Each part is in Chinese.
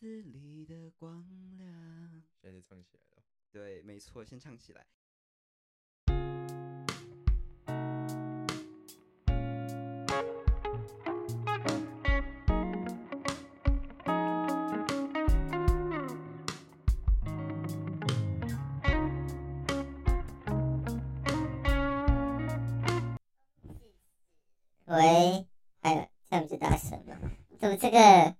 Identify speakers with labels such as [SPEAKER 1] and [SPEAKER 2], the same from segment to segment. [SPEAKER 1] 子里的光亮。
[SPEAKER 2] 现在就唱起来了。
[SPEAKER 1] 对，没错，先唱起来。
[SPEAKER 3] 喂，哎呦，这样不就大声了？怎么这个？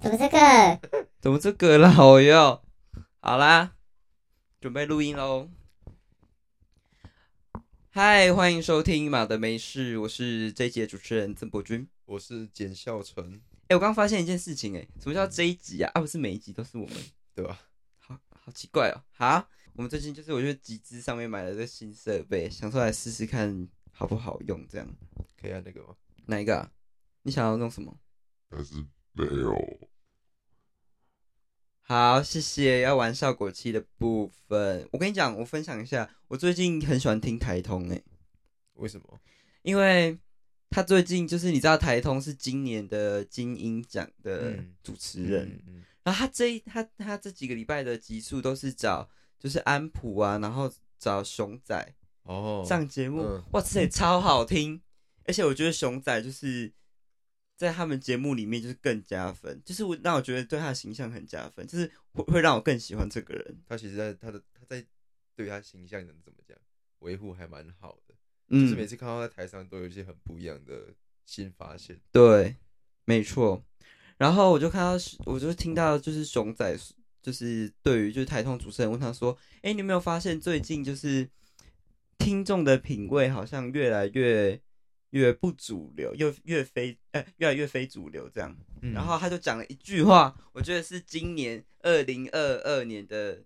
[SPEAKER 3] 怎么这个？
[SPEAKER 1] 怎么这个老哟？好啦，准备录音喽。嗨，欢迎收听《马的没事》，我是这一集的主持人曾博君。
[SPEAKER 2] 我是简孝纯，
[SPEAKER 1] 哎、我刚发现一件事情、哎，什么叫这一集啊？啊，不是每一集都是我们，
[SPEAKER 2] 对吧？
[SPEAKER 1] 好好奇怪哦。好，我们最近就是我去集资上面买了这新设备，想说来试试看好不好用。这样
[SPEAKER 2] 可以按那个吗？
[SPEAKER 1] 哪一个、啊？你想要弄什么？
[SPEAKER 4] 但是没有。
[SPEAKER 1] 好，谢谢。要玩效果器的部分，我跟你讲，我分享一下，我最近很喜欢听台通诶、
[SPEAKER 2] 为什么？
[SPEAKER 1] 因为他最近就是你知道台通是今年的金鹰奖的
[SPEAKER 2] 嗯
[SPEAKER 1] 主持人，
[SPEAKER 2] 嗯嗯
[SPEAKER 1] 然后他这一他他这几个礼拜的集数都是找就是安普啊，然后找熊仔
[SPEAKER 2] 哦，
[SPEAKER 1] 上节目，
[SPEAKER 2] 嗯
[SPEAKER 1] 哇塞，超好听！而且我觉得熊仔就是在他们节目里面就是更加分，就是我让我觉得对他的形象很加分，就是会会让我更喜欢这个人。
[SPEAKER 2] 他其实在他的他在对他形象能怎么讲维护还蛮好的，
[SPEAKER 1] 嗯，
[SPEAKER 2] 就是每次看到他在台上都有一些很不一样的新发现。
[SPEAKER 1] 对，没错。然后我就看到是，我就听到就是熊仔，就是对于就是台通主持人问他说：“哎，你有没有发现最近就是听众的品味好像越来越越不主流，又越非呃越来越非主流这样？”
[SPEAKER 2] 嗯
[SPEAKER 1] 然后他就讲了一句话，我觉得是今年二零二二年的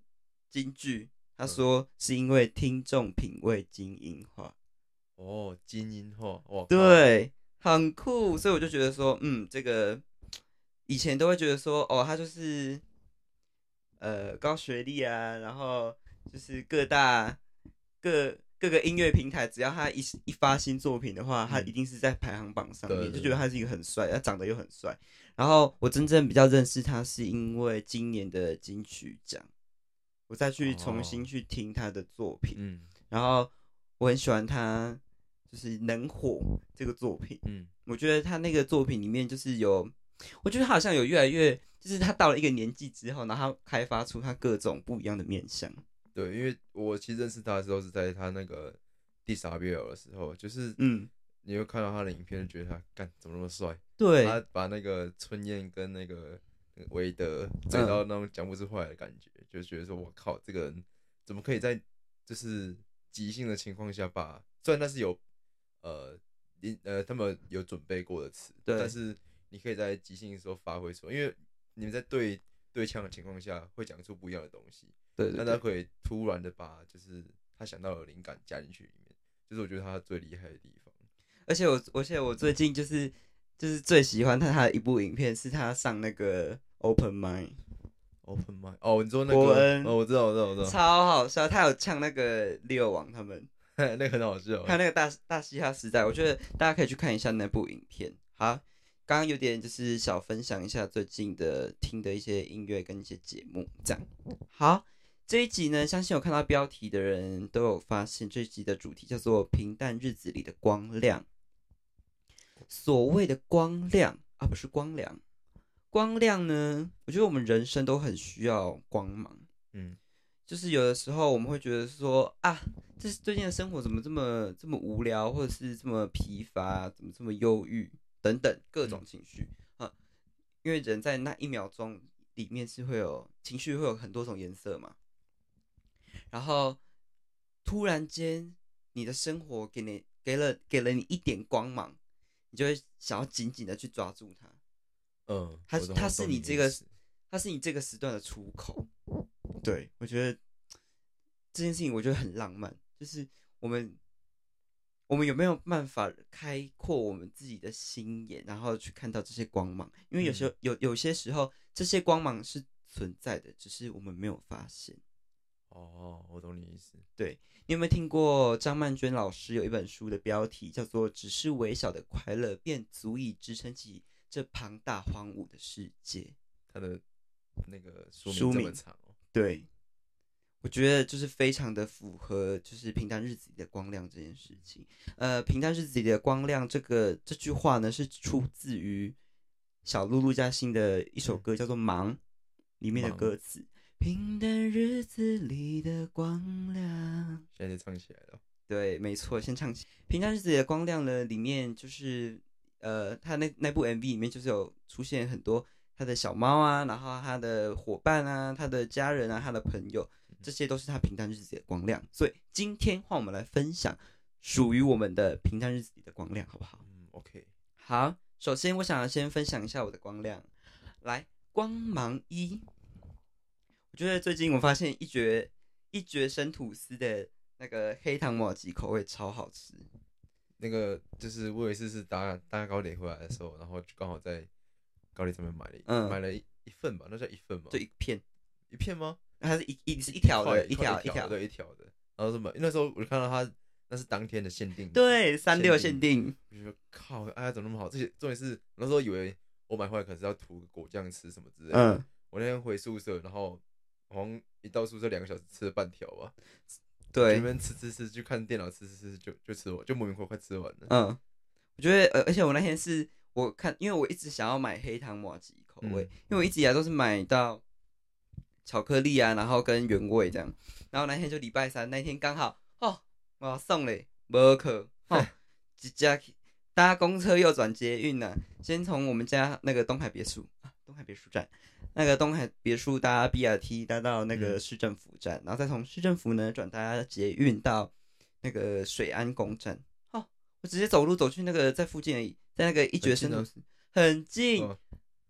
[SPEAKER 1] 金句。他说是因为听众品味精英化。
[SPEAKER 2] 哦，精英化哇，，嗯
[SPEAKER 1] 对，很酷，所以我就觉得说，嗯，这个以前都会觉得说，哦，他就是呃高学历啊，然后就是各大各各个音乐平台，只要他一一发新作品的话，他
[SPEAKER 2] 嗯
[SPEAKER 1] 一定是在排行榜上面，
[SPEAKER 2] 对对
[SPEAKER 1] 就觉得他是一个很帅，他长得又很帅。然后我真正比较认识他，是因为今年的金曲奖，我再去重新
[SPEAKER 2] 哦
[SPEAKER 1] 去听他的作品。
[SPEAKER 2] 嗯
[SPEAKER 1] 然后我很喜欢他，就是《能火》这个作品。
[SPEAKER 2] 嗯，
[SPEAKER 1] 我觉得他那个作品里面就是有，我觉得他好像有越来越，就是他到了一个年纪之后，然后他开发出他各种不一样的面相。
[SPEAKER 2] 对，因为我其实认识他的时候是在他那个第傻 b l 的时候，就是
[SPEAKER 1] 嗯，
[SPEAKER 2] 你会看到他的影片，就觉得他干怎么那么帅，
[SPEAKER 1] 对，
[SPEAKER 2] 他把那个春燕跟那个那个韦德
[SPEAKER 1] 嗯
[SPEAKER 2] 追到那种讲不出话来的感觉，就觉得说我靠，这个人怎么可以在就是即兴的情况下把，虽然那是有呃临呃他们有准备过的词，
[SPEAKER 1] 对
[SPEAKER 2] 但是你可以在即兴的时候发挥出来，因为你们在对对枪的情况下会讲出不一样的东西，
[SPEAKER 1] 对对
[SPEAKER 2] 那他
[SPEAKER 1] 对，
[SPEAKER 2] 可以突然的把就是他想到的灵感加进去里面，就是我觉得他最厉害的地方。
[SPEAKER 1] 而且我，而且我最近就是就是最喜欢他他的一部影片，是他上那个 Open Mind，
[SPEAKER 2] Open mind 哦，你说那
[SPEAKER 1] 伯
[SPEAKER 2] 个
[SPEAKER 1] 恩
[SPEAKER 2] 哦，我知道，我知道，我知道，
[SPEAKER 1] 超好笑，他有呛那个六王他们。
[SPEAKER 2] 那个很好笑。
[SPEAKER 1] 看那个大大嘻哈时代，我觉得大家可以去看一下那部影片。好，刚刚有点就是小分享一下最近的听的一些音乐跟一些节目，这样。好，这一集呢，相信有看到标题的人都有发现，这一集的主题叫做“平淡日子里的光亮”。所谓的光亮啊，不是光良，光亮呢，我觉得我们人生都很需要光芒。
[SPEAKER 2] 嗯，
[SPEAKER 1] 就是有的时候我们会觉得说啊，这是最近的生活怎么这么这么无聊，或者是这么疲乏，怎么这么忧郁等等各种情绪啊，因为人在那一秒钟里面是会有情绪，会有很多种颜色嘛。然后突然间，你的生活给你给了给了你一点光芒，你就会想要紧紧的去抓住它。
[SPEAKER 2] 嗯，
[SPEAKER 1] 它
[SPEAKER 2] 我懂
[SPEAKER 1] 它
[SPEAKER 2] 我
[SPEAKER 1] 是
[SPEAKER 2] 懂
[SPEAKER 1] 你
[SPEAKER 2] 你的
[SPEAKER 1] 这
[SPEAKER 2] 意
[SPEAKER 1] 个
[SPEAKER 2] 思
[SPEAKER 1] 它是你这个时段的出口。对，我觉得这件事情我觉得很浪漫，就是我们我们有没有办法开阔我们自己的心眼，然后去看到这些光芒？因为有时候、有有些时候这些光芒是存在的，只是我们没有发现。
[SPEAKER 2] 哦，我懂你意思。
[SPEAKER 1] 你有没有听过张曼娟老师有一本书的标题叫做《只是微小的快乐便足以支撑起这庞大荒芜的世界》？
[SPEAKER 2] 他的那个书
[SPEAKER 1] 书
[SPEAKER 2] 名这么
[SPEAKER 1] 名
[SPEAKER 2] 长哦，
[SPEAKER 1] 对，我觉得就是非常的符合，就是平淡日子里的光亮这件事情。呃，平淡日子里的光亮这个这句话呢，是出自于小露露嘉欣的一首歌，叫做《忙》里面的
[SPEAKER 2] 忙
[SPEAKER 1] 歌词。平淡日子里的光亮，
[SPEAKER 2] 现在就唱起来了。
[SPEAKER 1] 对，没错，先唱起《平常日子里的光亮》呢，里面就是呃，他那那部 MV 里面就是有出现很多他的小猫啊，然后他的伙伴啊，他的家人啊，他的朋友，这些都是他平常日子里的光亮。所以今天换我们来分享属于我们的平常日子里的光亮，好不好？
[SPEAKER 2] 嗯，OK，
[SPEAKER 1] 好，首先我想要先分享一下我的光亮，来，光芒一。我觉得最近我发现一绝一绝生吐司的那个黑糖玛吉口味超好吃，
[SPEAKER 2] 那个就是我有一次是搭搭高铁回来的时候，然后就刚好在高铁上面买了一，
[SPEAKER 1] 嗯
[SPEAKER 2] 买了一一份吧，那叫一份吗？
[SPEAKER 1] 就一片，
[SPEAKER 2] 一片吗？
[SPEAKER 1] 它是一一是一条
[SPEAKER 2] 块
[SPEAKER 1] 的，
[SPEAKER 2] 一
[SPEAKER 1] 条
[SPEAKER 2] 块一
[SPEAKER 1] 条，
[SPEAKER 2] 对一条的。然后什么？那时候我就看到他那是当天的限定，，
[SPEAKER 1] 对，三六限
[SPEAKER 2] 限
[SPEAKER 1] 定，
[SPEAKER 2] 我就觉得靠，哎呀，怎么那么好？这些重点是我那时候以为我买回来可能是要涂个果酱吃什么之类的。
[SPEAKER 1] 嗯，
[SPEAKER 2] 我那天回宿舍，然后好像一到宿舍两个小时吃了半条吧，
[SPEAKER 1] 对
[SPEAKER 2] 前，面吃吃吃，去看电脑吃吃吃，就就吃完，就莫名其妙快吃完了。
[SPEAKER 1] 嗯，我觉得，呃，而且我那天是我看，因为我一直想要买黑糖玛吉口味，
[SPEAKER 2] 嗯
[SPEAKER 1] 因为我一直以来都是买到巧克力啊，然后跟原味这样。然后那天就礼拜三，那天刚好哦，我要送嘞，无可哦，直接去搭公车右转捷运呢、先从我们家那个东海别墅啊，东海别墅站。那个东海别墅搭 BRT 搭到那个
[SPEAKER 2] 嗯
[SPEAKER 1] 市政府站，然后再从市政府呢转搭捷运到那个水安宫站。哦，我直接走路走去那个在附近而已，在那个一绝生
[SPEAKER 2] 很近啊
[SPEAKER 1] 吐司很近，
[SPEAKER 2] 哦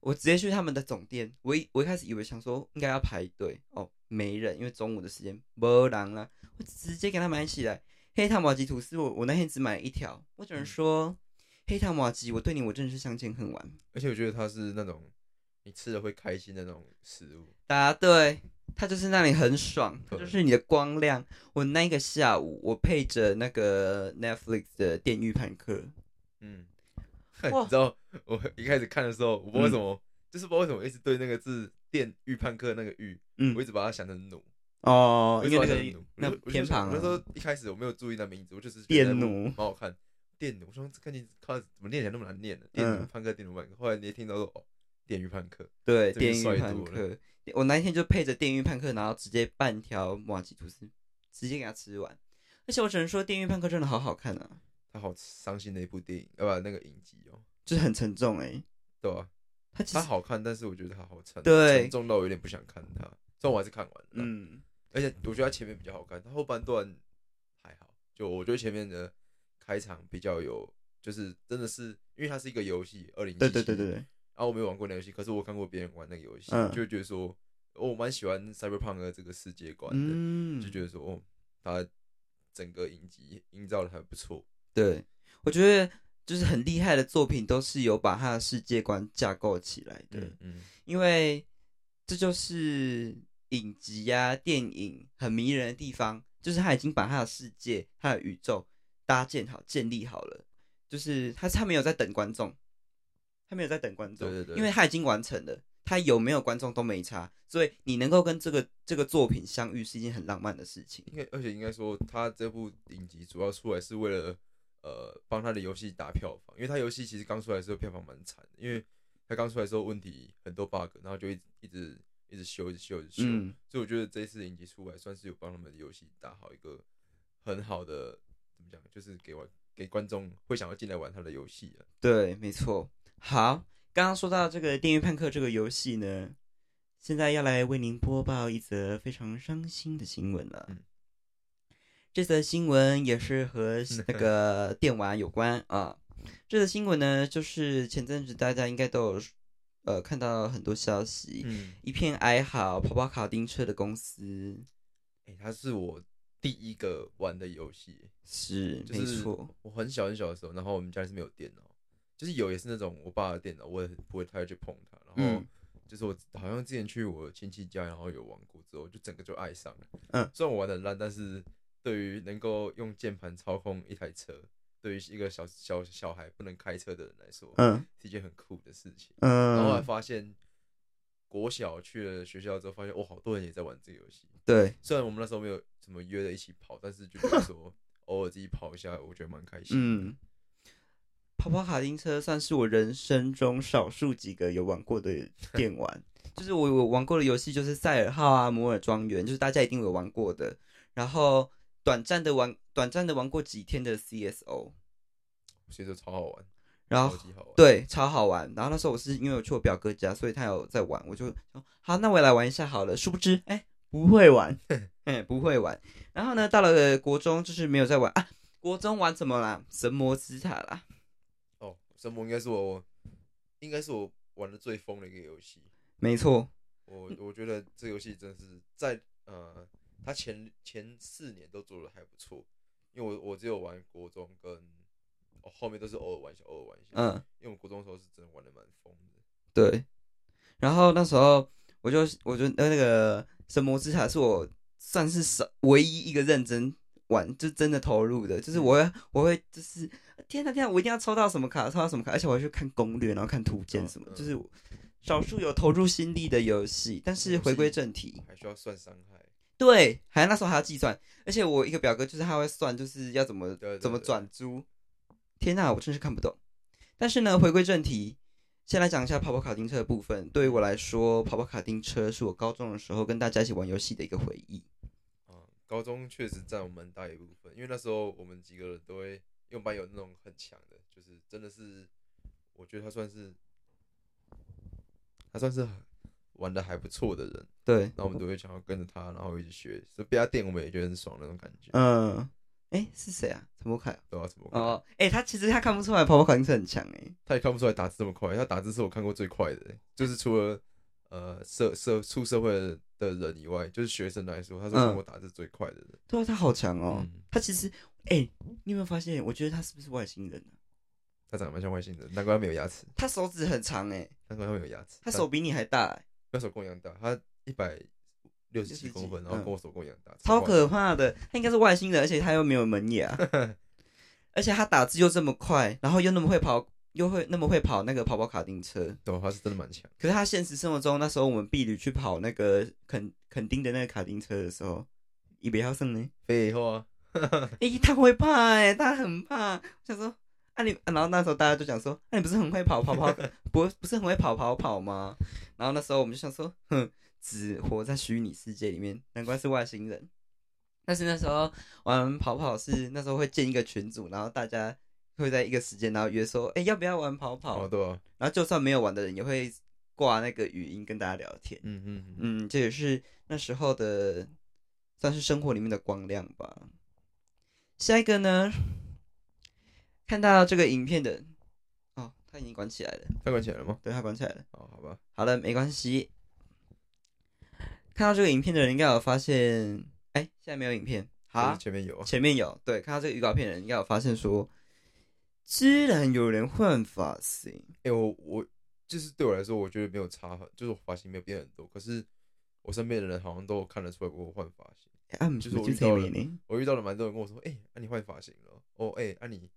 [SPEAKER 1] 我直接去他们的总店。我一我一开始以为想说应该要排队哦，没人，因为中午的时间没人啦。我直接给他买起来黑糖玛吉吐司，我我那天只买一条。我只能
[SPEAKER 2] 嗯
[SPEAKER 1] 说、黑糖玛吉，我对你我真的是相见恨晚。
[SPEAKER 2] 而且我觉得它是那种你吃了会开心的那种食物。
[SPEAKER 1] 答对，它就是让你很爽，它
[SPEAKER 2] 对
[SPEAKER 1] 就是你的光亮。我那个下午，我配着那个 Netflix 的《电狱判客》，
[SPEAKER 2] 嗯，
[SPEAKER 1] 哇嗯
[SPEAKER 2] 你知道我一开始看的时候，我不知道为什么，就是不知道为什么我一直对那个字“电预判课”那个“预”，
[SPEAKER 1] 嗯
[SPEAKER 2] 我一直把它想成“奴”，
[SPEAKER 1] 哦
[SPEAKER 2] 我一直
[SPEAKER 1] 因
[SPEAKER 2] 把
[SPEAKER 1] 为
[SPEAKER 2] 它
[SPEAKER 1] 那
[SPEAKER 2] 想成
[SPEAKER 1] 个
[SPEAKER 2] 奴。
[SPEAKER 1] 那
[SPEAKER 2] 我就我就
[SPEAKER 1] 偏
[SPEAKER 2] 想
[SPEAKER 1] 旁
[SPEAKER 2] 我那时
[SPEAKER 1] 啊，
[SPEAKER 2] 候一开始我没有注意那名字，我就是觉得
[SPEAKER 1] 电
[SPEAKER 2] 那部
[SPEAKER 1] 奴
[SPEAKER 2] 蛮好看。电奴，我说这看你靠怎么念起来那么难念呢？电奴
[SPEAKER 1] 嗯
[SPEAKER 2] 判课，电奴判课。后来你一听到说哦，电狱判课，
[SPEAKER 1] 对，《
[SPEAKER 2] 这边
[SPEAKER 1] 电狱
[SPEAKER 2] 帅
[SPEAKER 1] 判
[SPEAKER 2] 多
[SPEAKER 1] 客》。我那一天就配着《电狱判客》，然后直接半条马吉吐司，直接给它吃完。而且我只能说，《电狱判客》真的好好看啊，
[SPEAKER 2] 他好伤心的一部电影，呃，不，那个影集哦，
[SPEAKER 1] 就是很沉重哎、
[SPEAKER 2] 对吧？
[SPEAKER 1] 它其
[SPEAKER 2] 它
[SPEAKER 1] 实
[SPEAKER 2] 好看，但是我觉得它好沉，
[SPEAKER 1] 对
[SPEAKER 2] 沉重到我有点不想看它。虽然我还是看完了，嗯，
[SPEAKER 1] 嗯，
[SPEAKER 2] 而且我觉得它前面比较好看，它后半段还好。就我觉得前面的开场比较有，就是真的是因为它是一个游戏，二零
[SPEAKER 1] 对对对对对，
[SPEAKER 2] 然啊后我没有玩过那游戏，可是我看过别人玩那个游戏，
[SPEAKER 1] 嗯
[SPEAKER 2] 就会觉得说，哦我蛮喜欢 Cyberpunk 的这个世界观的，
[SPEAKER 1] 嗯，
[SPEAKER 2] 就觉得说，哦，它整个影集营造的还不错，
[SPEAKER 1] 对，我觉得就是很厉害的作品，都是有把他的世界观架构起来的，
[SPEAKER 2] 嗯嗯，
[SPEAKER 1] 因为这就是影集呀、电影很迷人的地方，就是他已经把他的世界、他的宇宙搭建好、建立好了，就是他他没有在等观众，他没有在等观众，
[SPEAKER 2] 对对对
[SPEAKER 1] 因为他已经完成了。他有没有观众都没差，所以你能够跟这个这个作品相遇是一件很浪漫的事情。
[SPEAKER 2] 应该而且应该说，它这部影集主要出来是为了呃帮他的游戏打票房，因为他游戏其实刚出来的时候票房蛮惨的，因为他刚出来的时候问题很多 bug，然后就一直一直一直修，一直修，一直修，
[SPEAKER 1] 嗯
[SPEAKER 2] 所以我觉得这一次影集出来算是有帮他们的游戏打好一个很好的怎么讲，就是给玩给观众会想要进来玩他的游戏啊。
[SPEAKER 1] 对，没错。好，刚刚说到这个《电锯判客》这个游戏呢，现在要来为您播报一则非常伤心的新闻了。
[SPEAKER 2] 嗯
[SPEAKER 1] 这则新闻也是和 那个电玩有关啊。这则新闻呢，就是前阵子大家应该都有呃看到很多消息，
[SPEAKER 2] 嗯，
[SPEAKER 1] 一片哀嚎，跑跑卡丁车的公司
[SPEAKER 2] 哎、它是我第一个玩的游戏，
[SPEAKER 1] 是、
[SPEAKER 2] 就
[SPEAKER 1] 没
[SPEAKER 2] 是
[SPEAKER 1] 错，
[SPEAKER 2] 我很小很小的时候，然后我们家是没有电脑，就是有也是那种我爸的电脑，我也不会太去碰它。然后
[SPEAKER 1] 嗯
[SPEAKER 2] 就是我好像之前去我亲戚家，然后有玩过之后，就整个就爱上了。
[SPEAKER 1] 嗯，
[SPEAKER 2] 虽然我玩的烂，但是对于能够用键盘操控一台车，对于一个小小小孩不能开车的人来说，
[SPEAKER 1] 嗯
[SPEAKER 2] 是一件很酷的事情。然后后来啊
[SPEAKER 1] 嗯
[SPEAKER 2] 发现，国小去了学校之后，发现哇，哦好多人也在玩这个游戏。
[SPEAKER 1] 对，
[SPEAKER 2] 虽然我们那时候没有什么约着一起跑，但是就觉得说 偶尔自己跑一下，我觉得蛮开心。
[SPEAKER 1] 嗯，跑跑卡丁车算是我人生中少数几个有玩过的 电玩，就是我我玩过的游戏就是赛尔号啊、摩尔庄园，就是大家一定有玩过的。然后短暂的玩，短暂的玩过几天的 CSO，
[SPEAKER 2] 所以说超好玩，
[SPEAKER 1] 然
[SPEAKER 2] 超
[SPEAKER 1] 后
[SPEAKER 2] 级好玩。，
[SPEAKER 1] 对，超好玩。然后那时候我是因为我去我表哥家，所以他有在玩，我就说好，那我也来玩一下好了。殊不知，哎、不会 玩，哎、不会玩。然后呢，到了国中就是没有在玩啊，国中玩什么啦？神魔之塔啦。
[SPEAKER 2] 哦，神魔应该是我，应该是我玩的最疯的一个游戏。
[SPEAKER 1] 没错，
[SPEAKER 2] 我
[SPEAKER 1] 嗯
[SPEAKER 2] 我觉得这游戏真的是在呃，它前前四年都做的还不错，因为我我只有玩国中跟、哦、后面都是偶尔玩一下，偶尔玩一下。
[SPEAKER 1] 嗯，
[SPEAKER 2] 因为我国中的时候是真的玩的蛮疯的。
[SPEAKER 1] 对。然后那时候我就我就呃那个神魔之塔是我算是少唯一一个认真玩，就真的投入的，就是我会我会就是天哪天哪，我一定要抽到什么卡，抽到什么卡，而且我还去看攻略，然后看图鉴什么，
[SPEAKER 2] 嗯
[SPEAKER 1] 就是少数有投入心力的游戏。但是回归正题，
[SPEAKER 2] 还需要算伤害，
[SPEAKER 1] 对，还那时候还要计算，而且我一个表哥就是他会算，就是要怎么
[SPEAKER 2] 对对
[SPEAKER 1] 怎么
[SPEAKER 2] 对
[SPEAKER 1] 转租。天呐，我真是看不懂。但是呢，回归正题，先来讲一下跑跑卡丁车的部分。对于我来说，跑跑卡丁车是我高中的时候跟大家一起玩游戏的一个回忆。
[SPEAKER 2] 嗯，高中确实占我们很大一部分，因为那时候我们几个人都会，因为我们班有那种很强的，就是真的是，我觉得他算是，他算是很玩的还不错的人，
[SPEAKER 1] 对，
[SPEAKER 2] 那我们都会想要跟着他，然后一起学，所以被他电我们也觉得很爽那种感觉，
[SPEAKER 1] 嗯，哎，是谁啊？陈柏凯啊。
[SPEAKER 2] 对啊，什么鬼？
[SPEAKER 1] 哦，哎，他其实他看不出来跑跑卡丁车很强哎。
[SPEAKER 2] 他也看不出来打字这么快，他打字是我看过最快的，欸就是除了呃社社出社会的人以外，就是学生来说，他是我看过打字最快的人，
[SPEAKER 1] 对啊，他好强嗯哦。
[SPEAKER 2] 嗯
[SPEAKER 1] 他其实，哎，你有没有发现？我觉得他是不是外星人啊？
[SPEAKER 2] 他长得蛮像外星人，难怪他没有牙齿，
[SPEAKER 1] 他手指很长哎，
[SPEAKER 2] 难怪他没有牙齿，
[SPEAKER 1] 他手比你还大哎。
[SPEAKER 2] 那手跟我一样大，他一百六十七公分，然后跟我手跟我一样大，
[SPEAKER 1] 嗯超可
[SPEAKER 2] 怕。
[SPEAKER 1] 怕的，他应该是外星人，而且他又没有门牙，而且他打字又这么快，然后又那么会跑，又会那么会跑那个跑跑卡丁车。
[SPEAKER 2] 对，啊他是真的蛮强。
[SPEAKER 1] 可是他现实生活中，那时候我们婢女去跑那个肯肯丁的那个卡丁车的时候，伊别要胜呢，
[SPEAKER 2] 废话，
[SPEAKER 1] 诶、他会怕哎、他很怕。我想说，啊你，啊然后那时候大家就讲说，啊你不是很会跑跑 跑，不不是很会跑跑跑吗？然后那时候我们就想说，哼，只活在虚拟世界里面，难怪是外星人。但是那时候玩跑跑是那时候会建一个群组，然后大家会在一个时间，然后约说，哎、要不要玩跑跑？
[SPEAKER 2] 哦对啊，
[SPEAKER 1] 然后就算没有玩的人也会挂那个语音跟大家聊天。
[SPEAKER 2] 嗯嗯嗯，
[SPEAKER 1] 嗯，这也是那时候的，算是生活里面的光亮吧。下一个呢，看到这个影片的，哦，他已经关起来了，
[SPEAKER 2] 他关起来了吗？
[SPEAKER 1] 对他关起来了。
[SPEAKER 2] 哦，好吧，
[SPEAKER 1] 好了，没关系。看到这个影片的人应该有发现，哎，现在没有影片，
[SPEAKER 2] 就是
[SPEAKER 1] 好，
[SPEAKER 2] 前面有啊，
[SPEAKER 1] 前面有，对，看到这个预告片的人应该有发现说，居然有人换发型，
[SPEAKER 2] 哎、我我就是对我来说，我觉得没有差很，就是我发型没有变很多，可是我身边的人好像都看得出来我换发型。
[SPEAKER 1] 哎啊，
[SPEAKER 2] 就是我
[SPEAKER 1] 就
[SPEAKER 2] 遇
[SPEAKER 1] 这
[SPEAKER 2] 到了
[SPEAKER 1] 呢，
[SPEAKER 2] 我遇到了蛮多人跟我说，哎、那、你换发型了？哦，哎、那、你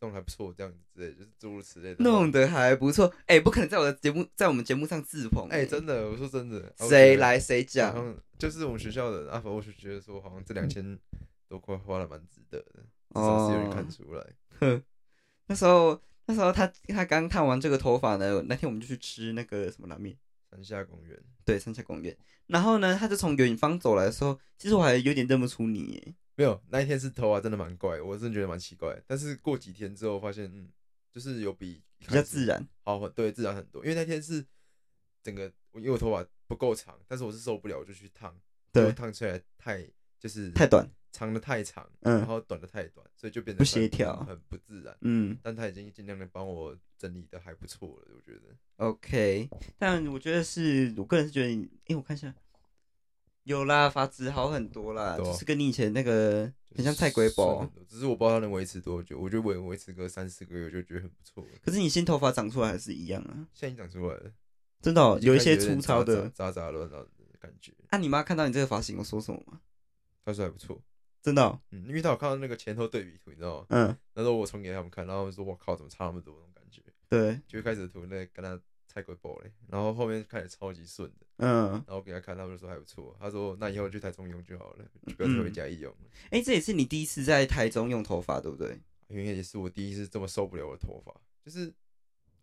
[SPEAKER 2] 弄得还不错，这样子之类，就是诸如此类的。
[SPEAKER 1] 弄，得还不错，哎、不可能在我的节目，在我们节目上自捧、
[SPEAKER 2] 哎、真的，我说真的，啊我
[SPEAKER 1] 谁
[SPEAKER 2] 觉得
[SPEAKER 1] 来谁
[SPEAKER 2] 好
[SPEAKER 1] 讲
[SPEAKER 2] 像就是我们学校的阿凡，我就觉得说，好像
[SPEAKER 1] 嗯
[SPEAKER 2] 这两千多块花了蛮值得的，至少是有人看
[SPEAKER 1] 哦
[SPEAKER 2] 出来。
[SPEAKER 1] 呵 那时候，那时候他他刚烫完这个头发呢，那天我们就去吃那个什么拉面，
[SPEAKER 2] 山下公园，
[SPEAKER 1] 对，三峡公园。然后呢，他就从远方走来的时候，其实我还有点认不出你耶。
[SPEAKER 2] 没有那一天是头发真的蛮怪，我真的觉得蛮奇怪。但是过几天之后发现，嗯，就是有比比
[SPEAKER 1] 比较自然，
[SPEAKER 2] 好很对自然很多，因为那天是整个因为我头发不够长，但是我是受不了，我就去烫，
[SPEAKER 1] 对
[SPEAKER 2] 结果烫出来太就是
[SPEAKER 1] 太短，
[SPEAKER 2] 长的太长，
[SPEAKER 1] 嗯
[SPEAKER 2] 然后短的太短，所以就变得
[SPEAKER 1] 不
[SPEAKER 2] 很
[SPEAKER 1] 协调
[SPEAKER 2] 很不自然。
[SPEAKER 1] 嗯
[SPEAKER 2] 但他已经尽量的帮我整理的还不错了，我觉得。
[SPEAKER 1] ，OK。但我觉得是我个人是觉得你，哎、我看一下，有啦，发质好很多啦，
[SPEAKER 2] 对啊
[SPEAKER 1] 就是跟你以前那个很像菜龟
[SPEAKER 2] 顺
[SPEAKER 1] 包
[SPEAKER 2] 很。多，只是我不知道它能维持多久。我觉得我维持个三四个月，我就觉得很不错了。
[SPEAKER 1] 可是你新头发长出来还是一样啊，
[SPEAKER 2] 现在已经长出来了，
[SPEAKER 1] 真的、哦、
[SPEAKER 2] 已经
[SPEAKER 1] 有一
[SPEAKER 2] 开始
[SPEAKER 1] 些
[SPEAKER 2] 点
[SPEAKER 1] 粗糙的。
[SPEAKER 2] 杂杂杂乱乱的感觉，
[SPEAKER 1] 啊，你妈看到你这个发型，我说什么吗？
[SPEAKER 2] 他说还不错。
[SPEAKER 1] 真的、哦，
[SPEAKER 2] 嗯，因为他有看到那个前后对比图，你知道吗？
[SPEAKER 1] 嗯，
[SPEAKER 2] 那时候我传给他们看，然后他们说：“我靠，怎么差那么多？”那种感觉，
[SPEAKER 1] 对，
[SPEAKER 2] 就一开始的图那跟他菜龟爆嘞，然后后面看起来超级顺的，
[SPEAKER 1] 嗯，
[SPEAKER 2] 然后给他看，他们就说还不错，啊他说那以后去台中用就好了，就不要再回家一用了，
[SPEAKER 1] 哎、这也是你第一次在台中用头发，对不对？
[SPEAKER 2] 因为也是我第一次这么受不了我的头发，就是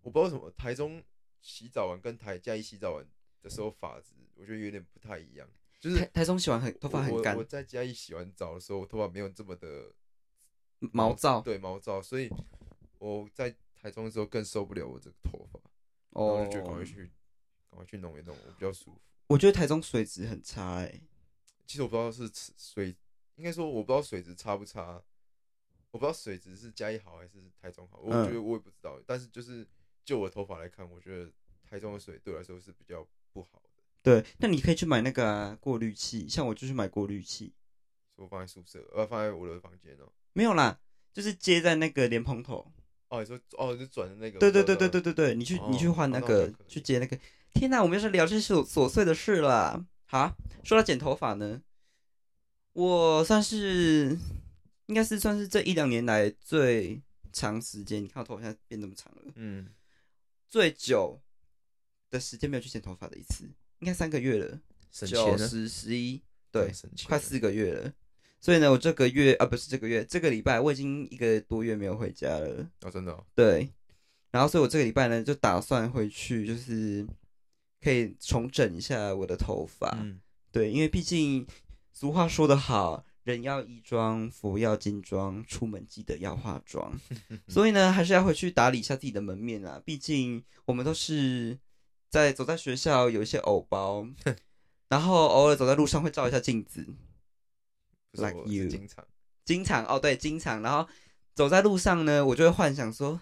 [SPEAKER 2] 我不知道为什么台中洗澡完跟台嘉义洗澡完的时候发质，我觉得有点不太一样，就是
[SPEAKER 1] 台台中洗完很头发
[SPEAKER 2] 我
[SPEAKER 1] 很干
[SPEAKER 2] 我我，在嘉义洗完澡的时候，我头发没有这么的
[SPEAKER 1] 毛躁
[SPEAKER 2] 对毛躁，所以我在台中的时候更受不了我这个头发，嗯然后
[SPEAKER 1] 哦
[SPEAKER 2] 我就觉得赶快去赶快去弄一弄，我比较舒服。
[SPEAKER 1] 我觉得台中水质很差哎、
[SPEAKER 2] 其实我不知道是吃水，应该说我不知道水质差不差，我不知道水质是嘉义好还是台中好，我
[SPEAKER 1] 嗯
[SPEAKER 2] 觉得我也不知道。但是就是就我头发来看，我觉得台中的水对我来说是比较不好的，
[SPEAKER 1] 对，那你可以去买那个、啊、过滤器，像我就去买过滤器，
[SPEAKER 2] 所以我放在宿舍，呃，放在我的房间哦。
[SPEAKER 1] 没有啦，就是接在那个莲蓬头。
[SPEAKER 2] 哦，你说哦，就转的那个，
[SPEAKER 1] 对
[SPEAKER 2] 我知
[SPEAKER 1] 对对
[SPEAKER 2] 道
[SPEAKER 1] 对
[SPEAKER 2] 我知
[SPEAKER 1] 对
[SPEAKER 2] 道
[SPEAKER 1] 对对，你去你去
[SPEAKER 2] 哦
[SPEAKER 1] 换那
[SPEAKER 2] 那我就
[SPEAKER 1] 个
[SPEAKER 2] 可以
[SPEAKER 1] 去接那个。天哪，我们又是聊这些琐琐碎的事了。好，说到剪头发呢，我算是应该是算是这一两年来最长时间，你看我头发现在变这么长了，
[SPEAKER 2] 嗯，
[SPEAKER 1] 最久的时间没有去剪头发的一次，应该三个月了，
[SPEAKER 2] 省
[SPEAKER 1] 九
[SPEAKER 2] 钱啊，
[SPEAKER 1] 十十一，对，
[SPEAKER 2] 省钱，
[SPEAKER 1] 快四个月了。所以呢，我这个月啊，不是这个月，这个礼拜我已经一个多月没有回家了。
[SPEAKER 2] 哦，真的哦，
[SPEAKER 1] 对，然后所以我这个礼拜呢，就打算回去，就是可以重整一下我的头发。
[SPEAKER 2] 嗯，
[SPEAKER 1] 对，因为毕竟俗话说得好，人要衣装，佛要金装，出门记得要化妆。所以呢，还是要回去打理一下自己的门面啊。毕竟我们都是在走在学校有一些偶包，然后偶尔走在路上会照一下镜子。
[SPEAKER 2] 不是
[SPEAKER 1] Like
[SPEAKER 2] 我是
[SPEAKER 1] you
[SPEAKER 2] 经常
[SPEAKER 1] 经常哦，对，经常。然后走在路上呢，我就会幻想说，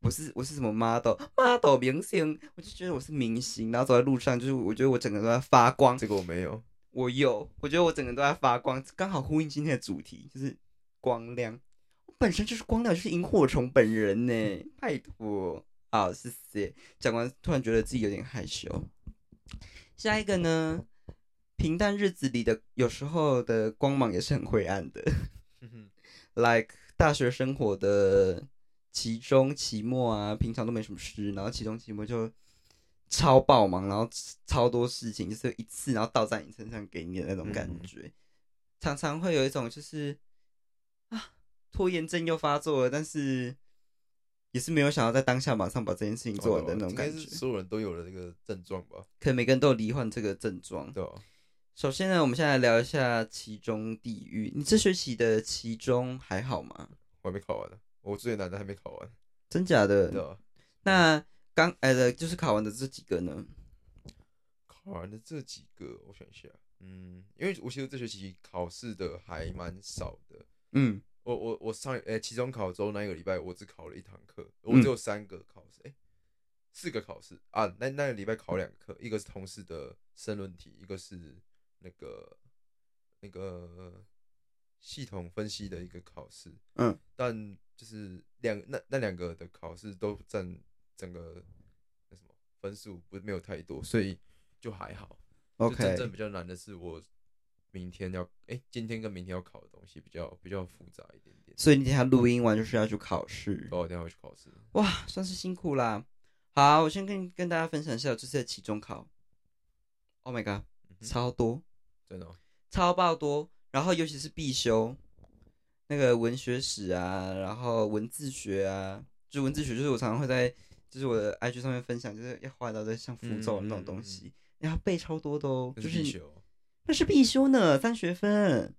[SPEAKER 1] 我是我是什么 model model 明星，我就觉得我是明星。然后走在路上，就是我觉得我整个都在发光。
[SPEAKER 2] 这个我 没有，
[SPEAKER 1] 我有，我觉得我整个都在发光，刚好呼应今天的主题，就是光亮。我本身就是光亮，就是萤火虫本人呢，拜托。好，谢谢。讲完突然觉得自己有点害羞。下一个呢，平淡日子里的有时候的光芒也是很灰暗的。like 大学生活的期中、期末啊，平常都没什么事，然后期中、期末就超爆忙，然后超多事情，就是一次然后倒在你身上给你的那种感觉，
[SPEAKER 2] 嗯
[SPEAKER 1] 常常会有一种就是啊，拖延症又发作了，但是也是没有想要在当下马上把这件事情做完的那种感
[SPEAKER 2] 哦应该
[SPEAKER 1] 觉
[SPEAKER 2] 是，所有人都有的那个症状吧，
[SPEAKER 1] 可能每个人都有罹患这个症状。
[SPEAKER 2] 对哦吧？
[SPEAKER 1] 首先呢，我们现在来聊一下期中地狱。你这学期的期中还好吗？
[SPEAKER 2] 我还没考完呢，我最难的还没考完，
[SPEAKER 1] 真假的？
[SPEAKER 2] 对哦吧？
[SPEAKER 1] 那刚呃的就是考完的这几个呢？
[SPEAKER 2] 考完的这几个，我想一下，嗯，因为我其实这学期考试的还蛮少的。
[SPEAKER 1] 嗯，
[SPEAKER 2] 我我我上呃、期中考周那一个礼拜，我只考了一堂课，我
[SPEAKER 1] 嗯
[SPEAKER 2] 只有三个考试，哎、四个考试啊。那那个礼拜考两个课，一个是同事的申论题，一个是那个那个系统分析的一个考试。
[SPEAKER 1] 嗯，
[SPEAKER 2] 但就是两那那两个的考试都占整个那什么分数不没有太多，所以就还好。
[SPEAKER 1] 嗯
[SPEAKER 2] 就
[SPEAKER 1] OK
[SPEAKER 2] 真正比较难的是我明天要，哎、今天跟明天要考的东西比较比较复杂一点点，
[SPEAKER 1] 所以你等一下录音完就是要去考试，
[SPEAKER 2] 搞我等一下会去考试。
[SPEAKER 1] 哇，算是辛苦啦。好，我先跟跟大家分享一下我这次的期中考。Oh my god，
[SPEAKER 2] 嗯哼
[SPEAKER 1] 超多，
[SPEAKER 2] 真的、哦，
[SPEAKER 1] 超爆多，然后尤其是必修，那个文学史啊，然后文字学啊，就文字学就是我常常会在就是我的 IG 上面分享，就是要画到这像符咒那种东
[SPEAKER 2] 嗯
[SPEAKER 1] 西，然后背超多的哦，
[SPEAKER 2] 那
[SPEAKER 1] 就是是
[SPEAKER 2] 必
[SPEAKER 1] 你
[SPEAKER 2] 修哦，
[SPEAKER 1] 那是必修呢，三学分。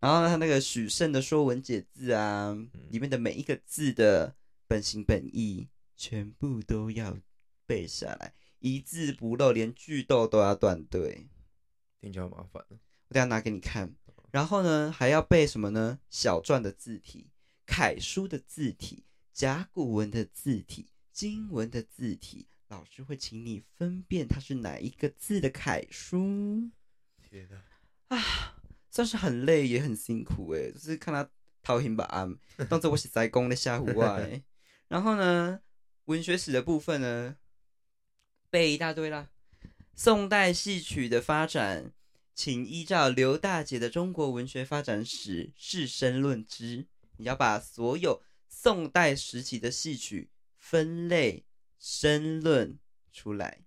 [SPEAKER 1] 然后他那个许慎的《说文解字》啊，
[SPEAKER 2] 嗯
[SPEAKER 1] 里面的每一个字的本形本义，全部都要背下来，一字不漏，连句逗都要断对。
[SPEAKER 2] 听起来好麻烦哦。
[SPEAKER 1] 我等一下拿给你看。然后呢，还要背什么呢？小篆的字体、楷书的字体、甲骨文的字体、金文的字体。老师会请你分辨它是哪一个字的楷书。
[SPEAKER 2] 天啊，
[SPEAKER 1] 算是很累也很辛苦诶、就是看他掏心把案，当做我是在公的下户外。然后呢，文学史的部分呢，背一大堆啦。宋代戏曲的发展，请依照刘大姐的《中国文学发展史》事申论之。你要把所有宋代时期的戏曲分类、申论、出来。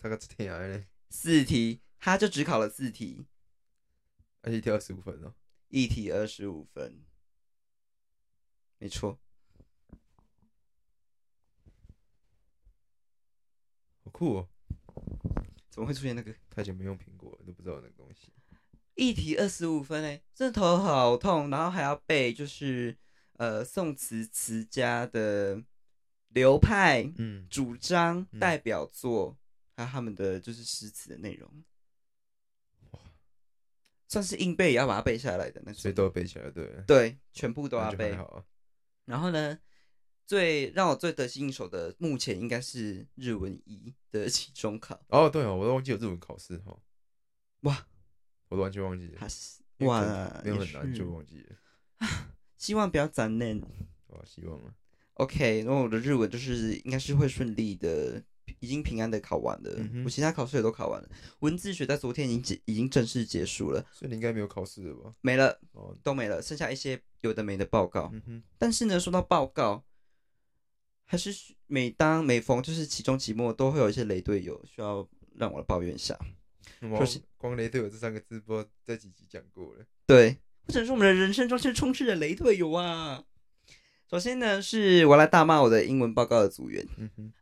[SPEAKER 2] 大概这天啊涯嘞，
[SPEAKER 1] 四题，他就只考了四题，
[SPEAKER 2] 而且一天二十五分哦。
[SPEAKER 1] 一题二十五分，没错。
[SPEAKER 2] 好酷哦！
[SPEAKER 1] 怎么会出现那个
[SPEAKER 2] 太久没用苹果了，都不知道有那个东西。
[SPEAKER 1] 一题二十五分嘞？真的头好痛，然后还要背就是呃宋词词家的流派、
[SPEAKER 2] 嗯，
[SPEAKER 1] 主张、
[SPEAKER 2] 嗯
[SPEAKER 1] 代表作，还有他们的就是诗词的内容。算是硬背也要把它背下来的那
[SPEAKER 2] 所以
[SPEAKER 1] 种，
[SPEAKER 2] 都有背起来，对不对？
[SPEAKER 1] 对，全部都
[SPEAKER 2] 那
[SPEAKER 1] 要
[SPEAKER 2] 就
[SPEAKER 1] 背
[SPEAKER 2] 还。好啊。
[SPEAKER 1] 然后呢，最让我最得心应手的，目前应该是日文一的期中考。
[SPEAKER 2] 哦，对哦，我都忘记有日文考试哈、哦，
[SPEAKER 1] 哇，
[SPEAKER 2] 我都完全忘记了
[SPEAKER 1] 它。是
[SPEAKER 2] 因为可能
[SPEAKER 1] 哇，
[SPEAKER 2] 没有
[SPEAKER 1] 也
[SPEAKER 2] 很难
[SPEAKER 1] 是
[SPEAKER 2] 就忘记了。
[SPEAKER 1] 希望不要长嫩。
[SPEAKER 2] 哇，希望啊，
[SPEAKER 1] OK，那我的日文就是应该是会顺利的，已经平安的考完了。
[SPEAKER 2] 嗯哼
[SPEAKER 1] 我其他考试也都考完了，文字学在昨天已经结已经正式结束了，
[SPEAKER 2] 所以你应该没有考试了吧？
[SPEAKER 1] 没了
[SPEAKER 2] 哦，
[SPEAKER 1] 都没了，剩下一些有的没的报告。
[SPEAKER 2] 嗯哼，
[SPEAKER 1] 但是呢，说到报告，还是需每当每逢就是期中期末都会有一些雷队友需要让我抱怨一下。
[SPEAKER 2] 哇
[SPEAKER 1] 首先，
[SPEAKER 2] 光雷队友这三个字，不知道在几集讲过了。
[SPEAKER 1] 对，或者是我们的人生中是充斥着雷队友啊。首先呢，是我来大骂我的英文报告的组员。
[SPEAKER 2] 嗯哼，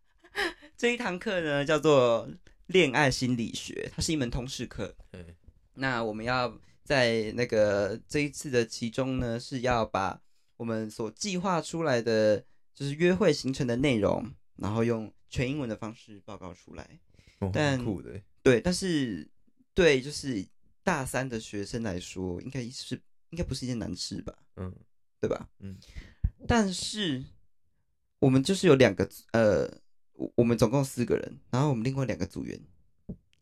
[SPEAKER 1] 这一堂课呢叫做恋爱心理学，它是一门通识课。
[SPEAKER 2] 对，
[SPEAKER 1] 那我们要在那个这一次的其中呢，是要把我们所计划出来的就是约会行程的内容，然后用全英文的方式报告出来。
[SPEAKER 2] 哦，
[SPEAKER 1] 但
[SPEAKER 2] 很酷的耶，
[SPEAKER 1] 对，但是对就是大三的学生来说，应该是应该不是一件难事吧？
[SPEAKER 2] 嗯，
[SPEAKER 1] 对吧？
[SPEAKER 2] 嗯，
[SPEAKER 1] 但是我们就是有两个组呃，我我们总共四个人，然后我们另外两个组员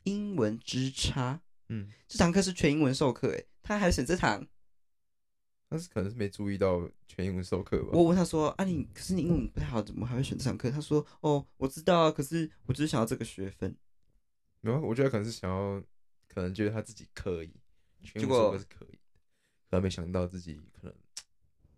[SPEAKER 1] 英文之差，
[SPEAKER 2] 嗯，
[SPEAKER 1] 这堂课是全英文授课，诶，他还选这堂。
[SPEAKER 2] 但是可能是没注意到全英文授课吧。
[SPEAKER 1] 我问他说：“啊你，可是你英文不太好，怎么还会选这堂课？”他说：“哦，我知道啊，可是我只是想要这个学分。
[SPEAKER 2] 没有，我觉得可能是想要，可能觉得他自己可以，全
[SPEAKER 1] 结
[SPEAKER 2] 部授
[SPEAKER 1] 果
[SPEAKER 2] 课是可以的，可他没想到自己可能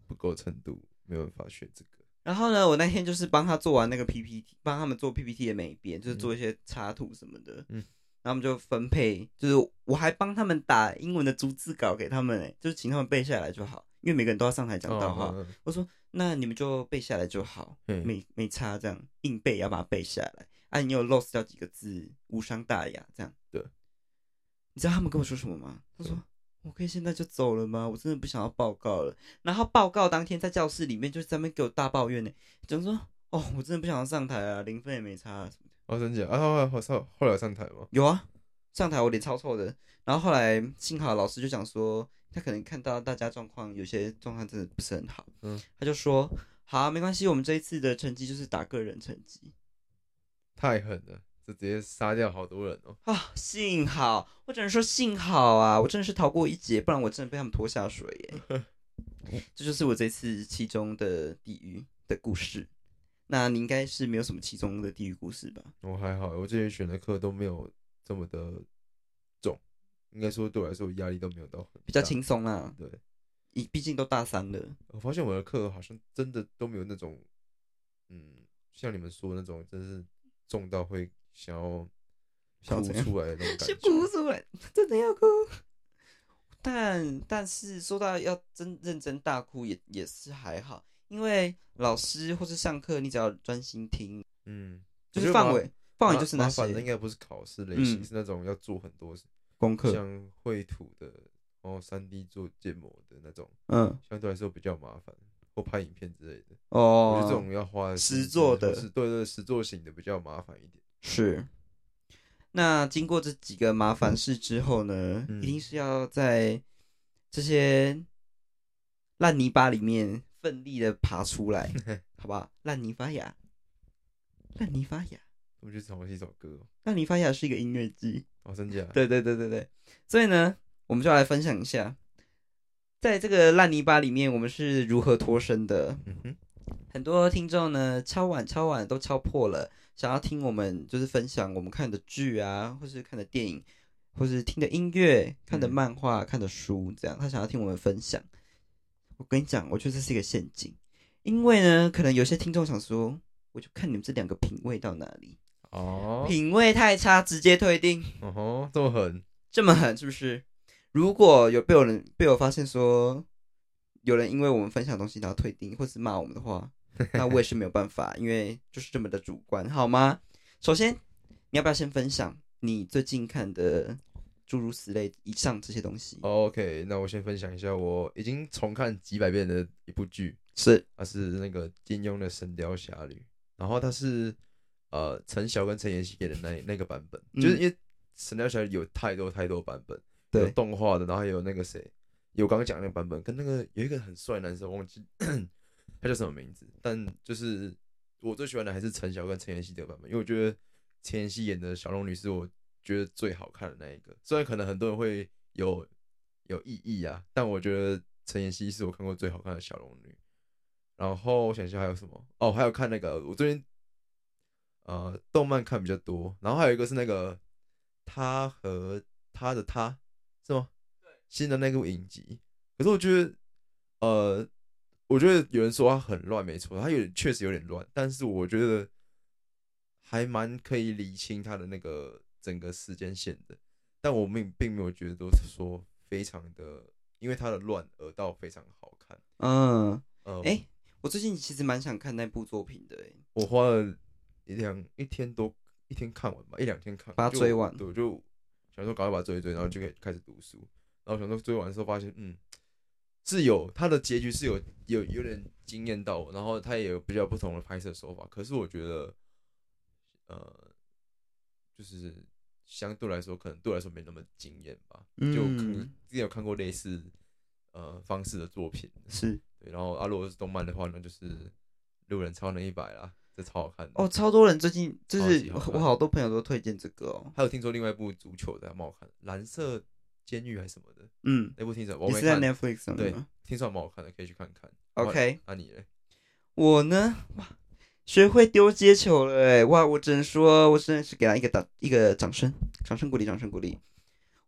[SPEAKER 2] 不够程度，没有办法学这个。”
[SPEAKER 1] 然后呢，我那天就是帮他做完那个 PPT，帮他们做 PPT 的美编，就是做一些插图什么的。
[SPEAKER 2] 嗯，
[SPEAKER 1] 然后我们就分配，就是我还帮他们打英文的逐字稿给他们，诶，就是请他们背下来就好，因为每个人都要上台讲到话。
[SPEAKER 2] 嗯，
[SPEAKER 1] 我说：“那你们就背下来就好，
[SPEAKER 2] 嗯嗯
[SPEAKER 1] 没没差，这样硬背也要把它背下来。啊，你有 lost 掉几个字，无伤大雅，这样。
[SPEAKER 2] 对，
[SPEAKER 1] 你知道他们跟我说什么吗？他
[SPEAKER 2] 什
[SPEAKER 1] 说
[SPEAKER 2] 么：“
[SPEAKER 1] 我可以现在就走了吗？我真的不想要报告了。”然后报告当天在教室里面就在那边给我大抱怨呢，讲说：“哦，我真的不想要上台啊，零分也没差、啊。什么的
[SPEAKER 2] 哦，真假？啊，后来后来后来有上台吗？”
[SPEAKER 1] 有啊，上台我脸超臭的。然后后来幸好老师就讲说，他可能看到大家状况，有些状况真的不是很好，
[SPEAKER 2] 嗯
[SPEAKER 1] 他就说：“好啊、没关系，我们这一次的成绩就是打个人成绩。”
[SPEAKER 2] 太狠了，这直接杀掉好多人哦。
[SPEAKER 1] 啊，幸好，我只能说幸好啊，我真的是逃过一劫，不然我真的被他们拖下水 耶。这就是我这次其中的地狱的故事。那你应该是没有什么其中的地狱故事吧？
[SPEAKER 2] 我还好，我之前选的课都没有这么的重，应该说对我来说压力都没有到很
[SPEAKER 1] 比较
[SPEAKER 2] 大。
[SPEAKER 1] 轻松啦，
[SPEAKER 2] 对，
[SPEAKER 1] 你毕竟都大三了。
[SPEAKER 2] 我发现我的课好像真的都没有那种，嗯，像你们说的那种，真是重到会想要
[SPEAKER 1] 想要
[SPEAKER 2] 哭
[SPEAKER 1] 怎样
[SPEAKER 2] 出来的那 种感
[SPEAKER 1] 是
[SPEAKER 2] 觉。
[SPEAKER 1] 哭出来，真的要哭。但但是说到要真认真大哭也也是还好，因为老师或是上课，你只要专心听，
[SPEAKER 2] 嗯，
[SPEAKER 1] 就
[SPEAKER 2] 我
[SPEAKER 1] 是
[SPEAKER 2] 觉得
[SPEAKER 1] 范
[SPEAKER 2] 麻
[SPEAKER 1] 围范围
[SPEAKER 2] 麻
[SPEAKER 1] 就是那
[SPEAKER 2] 麻烦的应
[SPEAKER 1] 些
[SPEAKER 2] 该不是考试类型，
[SPEAKER 1] 嗯
[SPEAKER 2] 是那种要做很多事，
[SPEAKER 1] 功课。
[SPEAKER 2] 像绘图的，然后三 D 做建模的那种，
[SPEAKER 1] 嗯，
[SPEAKER 2] 相对来说比较麻烦，或拍影片之类的。
[SPEAKER 1] 哦，
[SPEAKER 2] 我觉得这种要花
[SPEAKER 1] 实
[SPEAKER 2] 时间
[SPEAKER 1] 作的
[SPEAKER 2] 或是对对实作型的比较麻烦一点。
[SPEAKER 1] 是。那经过这几个麻烦事之后呢，
[SPEAKER 2] 嗯
[SPEAKER 1] 一定是要在这些烂泥巴里面奋力的爬出来，好吧？烂泥发芽，烂泥发芽，
[SPEAKER 2] 我觉得好像是一首歌
[SPEAKER 1] 烂泥发芽是一个音乐剧。
[SPEAKER 2] 哦，哦真假？，
[SPEAKER 1] 对对对对对，所以呢，我们就来分享一下，在这个烂泥巴里面，我们是如何脱身的。
[SPEAKER 2] 嗯哼，
[SPEAKER 1] 很多听众呢，敲碗敲碗都敲破了，想要听我们就是分享我们看的剧啊，或是看的电影，或是听的音乐、看的
[SPEAKER 2] 嗯
[SPEAKER 1] 漫画、看的书，这样他想要听我们分享。我跟你讲，我觉得这是一个陷阱，因为呢，可能有些听众想说，我就看你们这两个品味到哪里。
[SPEAKER 2] 哦，
[SPEAKER 1] 品味太差，直接退订，
[SPEAKER 2] 哦吼，这么狠，
[SPEAKER 1] 这么狠是不是？如果有被有人被我发现说有人因为我们分享东西然后退订或是骂我们的话，那我也是没有办法，因为就是这么的主观，好吗？首先，你要不要先分享你最近看的诸如此类以上这些东西？
[SPEAKER 2] 哦 OK，那我先分享一下我已经重看几百遍的一部剧，
[SPEAKER 1] 是
[SPEAKER 2] 它是那个金庸的《神雕侠侣》，然后它是呃陈晓跟陈妍希演的那那个版本，就是
[SPEAKER 1] 嗯
[SPEAKER 2] 因为《神雕侠侣》有太多太多版本，有
[SPEAKER 1] 对，
[SPEAKER 2] 动画的，然后还有那个谁，有刚刚讲的那个版本，跟那个有一个很帅的男生，我忘记 他叫什么名字，但就是我最喜欢的还是陈晓跟陈妍希的版本，因为我觉得陈妍希演的小龙女是我觉得最好看的那一个，虽然可能很多人会有有异议啊，但我觉得陈妍希是我看过最好看的小龙女。然后我想一下还有什么哦，还有看那个我最近呃动漫看比较多，然后还有一个是那个他和他的他是吗？新的那部影集，可是我觉得呃，我觉得有人说它很乱，没错，它有点确实有点乱，但是我觉得还蛮可以理清它的那个整个时间线的。但我并并没有觉得说非常的，因为它的乱而到非常好看。
[SPEAKER 1] 嗯，
[SPEAKER 2] 呃，
[SPEAKER 1] 哎、我最近其实蛮想看那部作品的、诶
[SPEAKER 2] 我花了一两一天多一天看完吧，一两天看完，
[SPEAKER 1] 把它
[SPEAKER 2] 就
[SPEAKER 1] 追完
[SPEAKER 2] 对，我就想说赶快把它追一追，然后就可以开始读书。然后想说追完之后发现，嗯，是有它的结局是有有有点惊艳到我，然后它也有比较不同的拍摄手法，可是我觉得，呃，就是相对来说，可能对我来说没那么惊艳吧。就可能
[SPEAKER 1] 嗯
[SPEAKER 2] 之前有看过类似呃方式的作品，
[SPEAKER 1] 是
[SPEAKER 2] 对，然后啊，如果是动漫的话呢，就是《路人超能一百》啦，这超好看的。
[SPEAKER 1] 哦，超多人最近就
[SPEAKER 2] 超
[SPEAKER 1] 是
[SPEAKER 2] 级好看
[SPEAKER 1] 我好多朋友都推荐这个哦，
[SPEAKER 2] 还有听说另外一部足球的还蛮好看的，《蓝色监狱》还是什么的，
[SPEAKER 1] 嗯，
[SPEAKER 2] 那部听说我
[SPEAKER 1] 也
[SPEAKER 2] 没
[SPEAKER 1] 是在
[SPEAKER 2] 看，
[SPEAKER 1] Netflix 上面
[SPEAKER 2] 对
[SPEAKER 1] 吗？，
[SPEAKER 2] 听说还蛮好看的，可以去看看。
[SPEAKER 1] OK
[SPEAKER 2] 那、啊、你嘞？
[SPEAKER 1] 我呢，哇，学会丢接球了哎、哇！我只能说，我真的是给他一个掌一个掌声，掌声鼓励，掌声鼓励。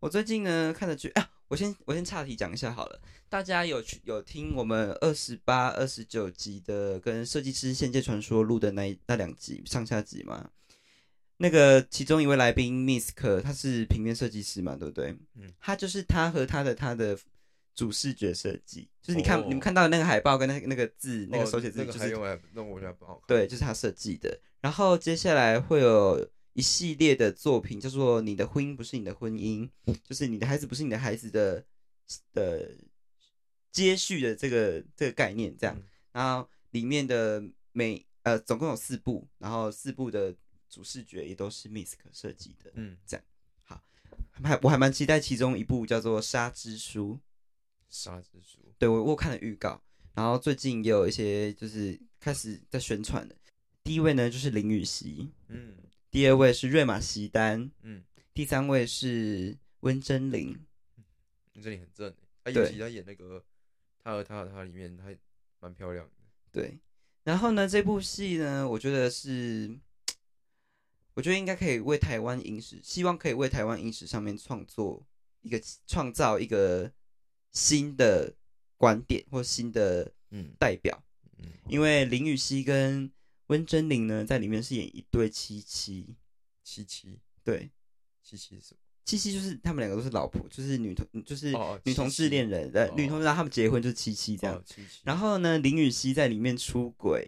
[SPEAKER 1] 我最近呢看的剧啊，我先我先岔题讲一下好了。大家有去有听我们二十八、二十九集的跟设计师《仙界传说》录的那一那两集上下集吗？那个其中一位来宾 Misk，他是平面设计师嘛，对不对？
[SPEAKER 2] 嗯
[SPEAKER 1] 他就是他和他的他的主视觉设计，就是你看、
[SPEAKER 2] 哦
[SPEAKER 1] 你们看到的那个海报跟那个那个字那个
[SPEAKER 2] 哦
[SPEAKER 1] 手写字，
[SPEAKER 2] 那
[SPEAKER 1] 就
[SPEAKER 2] 个
[SPEAKER 1] 是
[SPEAKER 2] 还有哎，那我觉得还蛮好看。
[SPEAKER 1] 对，就是他设计的。然后接下来会有一系列的作品，叫做《你的婚姻不是你的婚姻》，就是你的孩子不是你的孩子的的接续的这个这个概念，这样
[SPEAKER 2] 嗯。
[SPEAKER 1] 然后里面的每呃总共有四部，然后四部的主视觉也都是 Misk 设计的。
[SPEAKER 2] 嗯，
[SPEAKER 1] 还我还蛮期待其中一部叫做《沙之书》，
[SPEAKER 2] 沙之书，
[SPEAKER 1] 对我我有看了预告，然后最近也有一些就是开始在宣传的。第一位呢就是林雨熙，
[SPEAKER 2] 嗯
[SPEAKER 1] 第二位是瑞玛席丹，
[SPEAKER 2] 嗯，
[SPEAKER 1] 第三位是温真菱。
[SPEAKER 2] 你这里很正欸，他
[SPEAKER 1] 对
[SPEAKER 2] 尤其他演那个《他和他和他》里面，他蛮漂亮的。
[SPEAKER 1] 对，然后呢，这部戏呢，我觉得是，我觉得应该可以为台湾影史，希望可以为台湾影史上面创作一个创造一个新的观点或新的
[SPEAKER 2] 嗯
[SPEAKER 1] 代表，
[SPEAKER 2] 嗯，
[SPEAKER 1] 因为林雨熙跟温真菱呢，在里面是演一对七妻，
[SPEAKER 2] 七七
[SPEAKER 1] 对，
[SPEAKER 2] 七七是什么？
[SPEAKER 1] 七妻就是他们两个都是老婆，就是女同，就是
[SPEAKER 2] 哦哦
[SPEAKER 1] 女同
[SPEAKER 2] 七
[SPEAKER 1] 志
[SPEAKER 2] 妻
[SPEAKER 1] 恋人，呃，女
[SPEAKER 2] 哦
[SPEAKER 1] 同志，他们结婚就是七妻这样。
[SPEAKER 2] 哦七七，
[SPEAKER 1] 然后呢，林雨熙在里面出轨，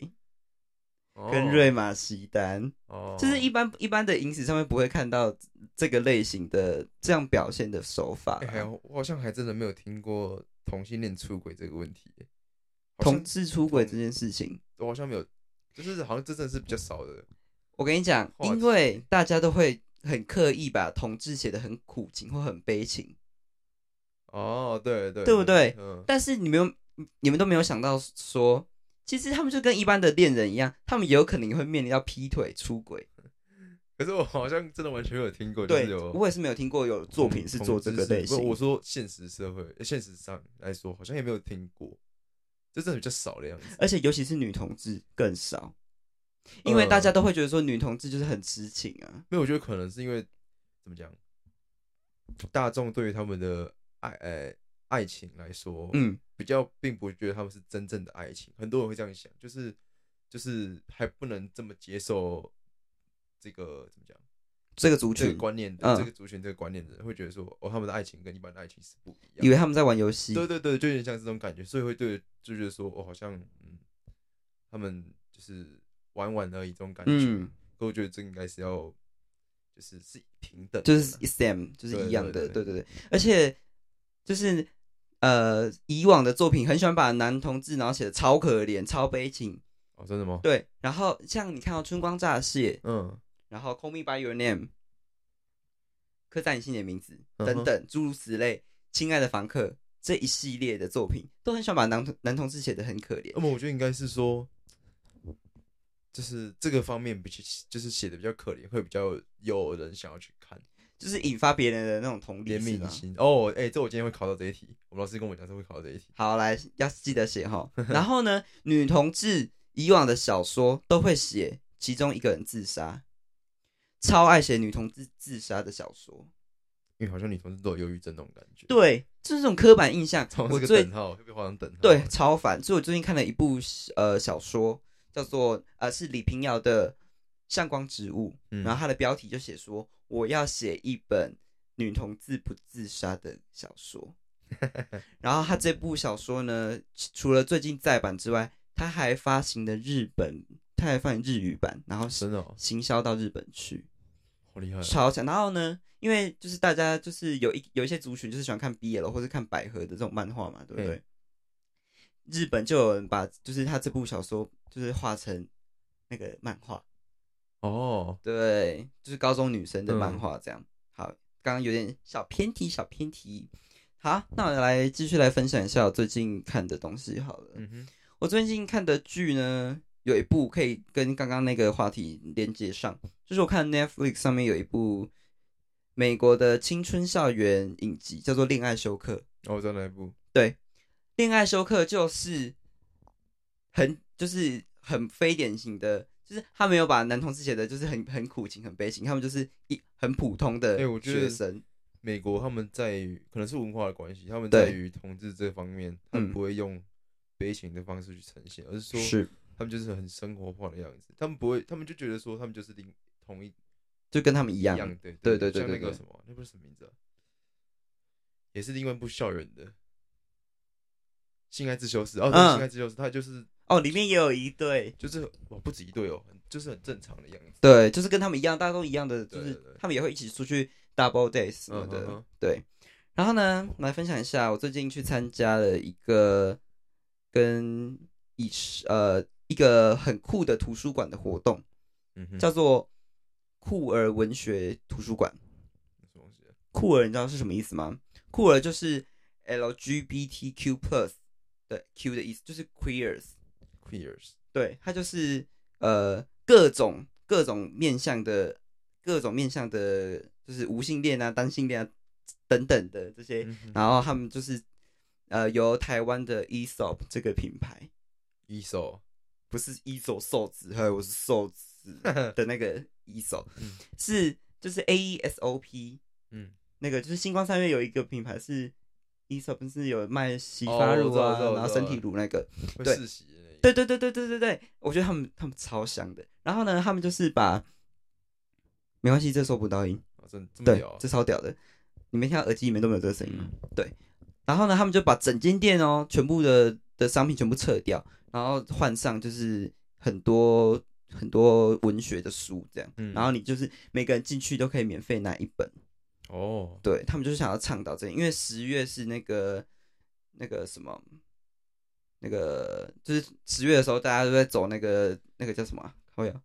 [SPEAKER 2] 后
[SPEAKER 1] 跟瑞玛席丹，
[SPEAKER 2] 哦，
[SPEAKER 1] 就是一般一般的影史上面不会看到这个类型的这样表现的手法
[SPEAKER 2] 哎、
[SPEAKER 1] 啦。
[SPEAKER 2] 还好我好像还真的没有听过同性恋出轨这个问题耶，好
[SPEAKER 1] 同
[SPEAKER 2] 像
[SPEAKER 1] 志出轨这件事情，
[SPEAKER 2] 我好像没有，就是好像这真的是比较少的。
[SPEAKER 1] 我跟你讲，
[SPEAKER 2] 话题
[SPEAKER 1] 因为大家都会很刻意把同志写得很苦情或很悲情，
[SPEAKER 2] 哦，对对，
[SPEAKER 1] 对不对
[SPEAKER 2] 嗯，
[SPEAKER 1] 但是你们有你们都没有想到说，其实他们就跟一般的恋人一样，他们有可能会面临到劈腿、出轨。
[SPEAKER 2] 可是我好像真的完全没有听过，就是
[SPEAKER 1] 对，
[SPEAKER 2] 有
[SPEAKER 1] 我也是没有听过有作品是
[SPEAKER 2] 同
[SPEAKER 1] 做这
[SPEAKER 2] 同
[SPEAKER 1] 个
[SPEAKER 2] 志
[SPEAKER 1] 类
[SPEAKER 2] 是不
[SPEAKER 1] 型。
[SPEAKER 2] 我说现实社会、呃现实上来说，好像也没有听过，就真的比较少的样子。
[SPEAKER 1] 而且尤其是女同志更少，因为大家都会觉得说女同志就是很痴情啊。
[SPEAKER 2] 没有，我觉得可能是因为怎么讲，大众对于他们的爱呃爱情来说，
[SPEAKER 1] 嗯，
[SPEAKER 2] 比较并不觉得他们是真正的爱情，很多人会这样想，就是就是还不能这么接受这个怎么讲？
[SPEAKER 1] 这个族
[SPEAKER 2] 这个
[SPEAKER 1] 群
[SPEAKER 2] 观念的、
[SPEAKER 1] 嗯
[SPEAKER 2] 这个族群这个观念的人会觉得说，哦，他们的爱情跟一般的爱情是不一样
[SPEAKER 1] 以
[SPEAKER 2] 的。
[SPEAKER 1] 为他们在玩游戏，
[SPEAKER 2] 对对对，就有点像这种感觉，所以会对就觉得说，哦，好像嗯，他们就是玩玩而已这种感觉。
[SPEAKER 1] 嗯，
[SPEAKER 2] 可我觉得这应该是要就是是平等的啦，
[SPEAKER 1] 就是 Sam 就是一样的，对
[SPEAKER 2] 对对
[SPEAKER 1] 对对，而且就是呃以往的作品很喜欢把男同志然后写的超可怜、超悲情，
[SPEAKER 2] 哦，真的吗？
[SPEAKER 1] 对，然后像你看到《春光乍泄》，
[SPEAKER 2] 嗯，
[SPEAKER 1] 然后 Call Me by Your Name，刻在你心里的名字
[SPEAKER 2] 嗯哼
[SPEAKER 1] 等等，诸如此类，亲爱的房客这一系列的作品，都很喜欢把男同男同志写的很可怜
[SPEAKER 2] 那。么我觉得应该是说，就是这个方面比起就是写的比较可怜，会比较有人想要去看
[SPEAKER 1] 就是引发别人的那种同理
[SPEAKER 2] 怜
[SPEAKER 1] 心
[SPEAKER 2] 悯
[SPEAKER 1] 啊。
[SPEAKER 2] 心。哦，哎、这我今天会考到这一题，我们老师跟我讲说会考到这一题。
[SPEAKER 1] 好，来要记得写 哈。然后呢，女同志以往的小说都会写其中一个人自杀，超爱写女同志自杀的小说。
[SPEAKER 2] 因为好像女同志都有忧郁症那种感觉。，
[SPEAKER 1] 对，就是这种刻板印象。
[SPEAKER 2] 从
[SPEAKER 1] 我
[SPEAKER 2] 这个
[SPEAKER 1] 最
[SPEAKER 2] 等号会被画上等号。啊
[SPEAKER 1] 对，超烦。所以我最近看了一部呃小说，叫做呃是李平遥的《向光植物》，
[SPEAKER 2] 嗯
[SPEAKER 1] 然后它的标题就写说我要写一本女同志不自杀的小说。然后他这部小说呢，其除了最近再版之外，他还发行了日本，他还发行日语版，然后
[SPEAKER 2] 真的、哦、
[SPEAKER 1] 行销到日本去。
[SPEAKER 2] 好厉害哦、
[SPEAKER 1] 超强。然后呢，因为就是大家就是有一有一些族群就是喜欢看 BL 或是看百合的这种漫画嘛，对不对？日本就有人把就是他这部小说就是画成那个漫画，
[SPEAKER 2] 哦，
[SPEAKER 1] 对，嗯就是高中女生的漫画这样。好，刚刚有点小偏题，小偏题。好，那我来继续来分享一下我最近看的东西好了。
[SPEAKER 2] 嗯哼，
[SPEAKER 1] 我最近看的剧呢，有一部可以跟刚刚那个话题连接上，就是我看 Netflix 上面有一部美国的青春校园影集，叫做《恋爱休克》。
[SPEAKER 2] 哦，我知道那一部，
[SPEAKER 1] 恋爱休克就是很就是很非典型的，就是他没有把男同志写的就是很很苦情、很悲情，他们就是一很普通的
[SPEAKER 2] 哎我觉
[SPEAKER 1] 学
[SPEAKER 2] 得
[SPEAKER 1] 生。
[SPEAKER 2] 美国他们在于可能是文化的关系，他们
[SPEAKER 1] 对
[SPEAKER 2] 在于同志这方面，他
[SPEAKER 1] 嗯
[SPEAKER 2] 们不会用悲情的方式去呈现，而是说
[SPEAKER 1] 是，
[SPEAKER 2] 他们就是很生活化的样子，他们不会，他们就觉得说他们就是另同一
[SPEAKER 1] 就跟他们一
[SPEAKER 2] 一
[SPEAKER 1] 样。
[SPEAKER 2] 样，对
[SPEAKER 1] 对对
[SPEAKER 2] 对
[SPEAKER 1] 对
[SPEAKER 2] 像
[SPEAKER 1] 对
[SPEAKER 2] 那个
[SPEAKER 1] 对
[SPEAKER 2] 什么，那部是什么名字啊？也是另外一部校园的《性爱自修室》哦，
[SPEAKER 1] 嗯
[SPEAKER 2] 对，性爱自修室》它就是
[SPEAKER 1] 哦，里面也有一对，
[SPEAKER 2] 就是哇不止一对哦，很就是很正常的样子，
[SPEAKER 1] 对，就是跟他们一样，大家都一样的，就
[SPEAKER 2] 对
[SPEAKER 1] 是
[SPEAKER 2] 对对
[SPEAKER 1] 他们也会一起出去 double day 什么的，
[SPEAKER 2] 嗯哼哼
[SPEAKER 1] 对。然后呢，来分享一下我最近去参加了一个跟以是呃一个很酷的图书馆的活动，
[SPEAKER 2] 嗯哼，
[SPEAKER 1] 叫做酷儿文学图书馆。
[SPEAKER 2] 什么东西啊？
[SPEAKER 1] 酷儿你知道是什么意思吗？酷儿就是 LGBTQ plus 的 Q 的意思，就是 queers。
[SPEAKER 2] queers，
[SPEAKER 1] 对，它就是呃各种各种面向的各种面向的，就是无性恋啊、单性恋啊等等的这些，
[SPEAKER 2] 嗯哼
[SPEAKER 1] 然后他们就是呃由台湾的 E ESOP 这个品牌，
[SPEAKER 2] 一手，
[SPEAKER 1] 不是，E ESO 瘦子，还有我是瘦子 的那个 E ESO，
[SPEAKER 2] 嗯
[SPEAKER 1] 是就是 E AESOP
[SPEAKER 2] 嗯，
[SPEAKER 1] 那个就是星光三月有一个品牌是 E ESOP，不是有卖洗
[SPEAKER 2] 哦
[SPEAKER 1] 发
[SPEAKER 2] 我
[SPEAKER 1] 乳
[SPEAKER 2] 知道我
[SPEAKER 1] 啊，
[SPEAKER 2] 知道我
[SPEAKER 1] 然后
[SPEAKER 2] 知
[SPEAKER 1] 身
[SPEAKER 2] 道
[SPEAKER 1] 体乳那个，
[SPEAKER 2] 会
[SPEAKER 1] 对
[SPEAKER 2] 世袭的那一
[SPEAKER 1] 对对对对对对对，我觉得他们他们超香的。然后呢，他们就是把，没关系，这收不到音，
[SPEAKER 2] 哦真这么
[SPEAKER 1] 对
[SPEAKER 2] 屌啊，，
[SPEAKER 1] 这超屌的。你没听到耳机里面都没有这个声音吗？
[SPEAKER 2] 嗯
[SPEAKER 1] 对。然后呢，他们就把整间店哦，全部的的商品全部撤掉，然后换上就是很多很多文学的书这样。
[SPEAKER 2] 嗯
[SPEAKER 1] 然后你就是每个人进去都可以免费拿一本。
[SPEAKER 2] 哦，
[SPEAKER 1] 对他们就是想要倡导这个，因为十月是那个那个什么，那个就是十月的时候，大家都在走那个那个叫什么啊，好像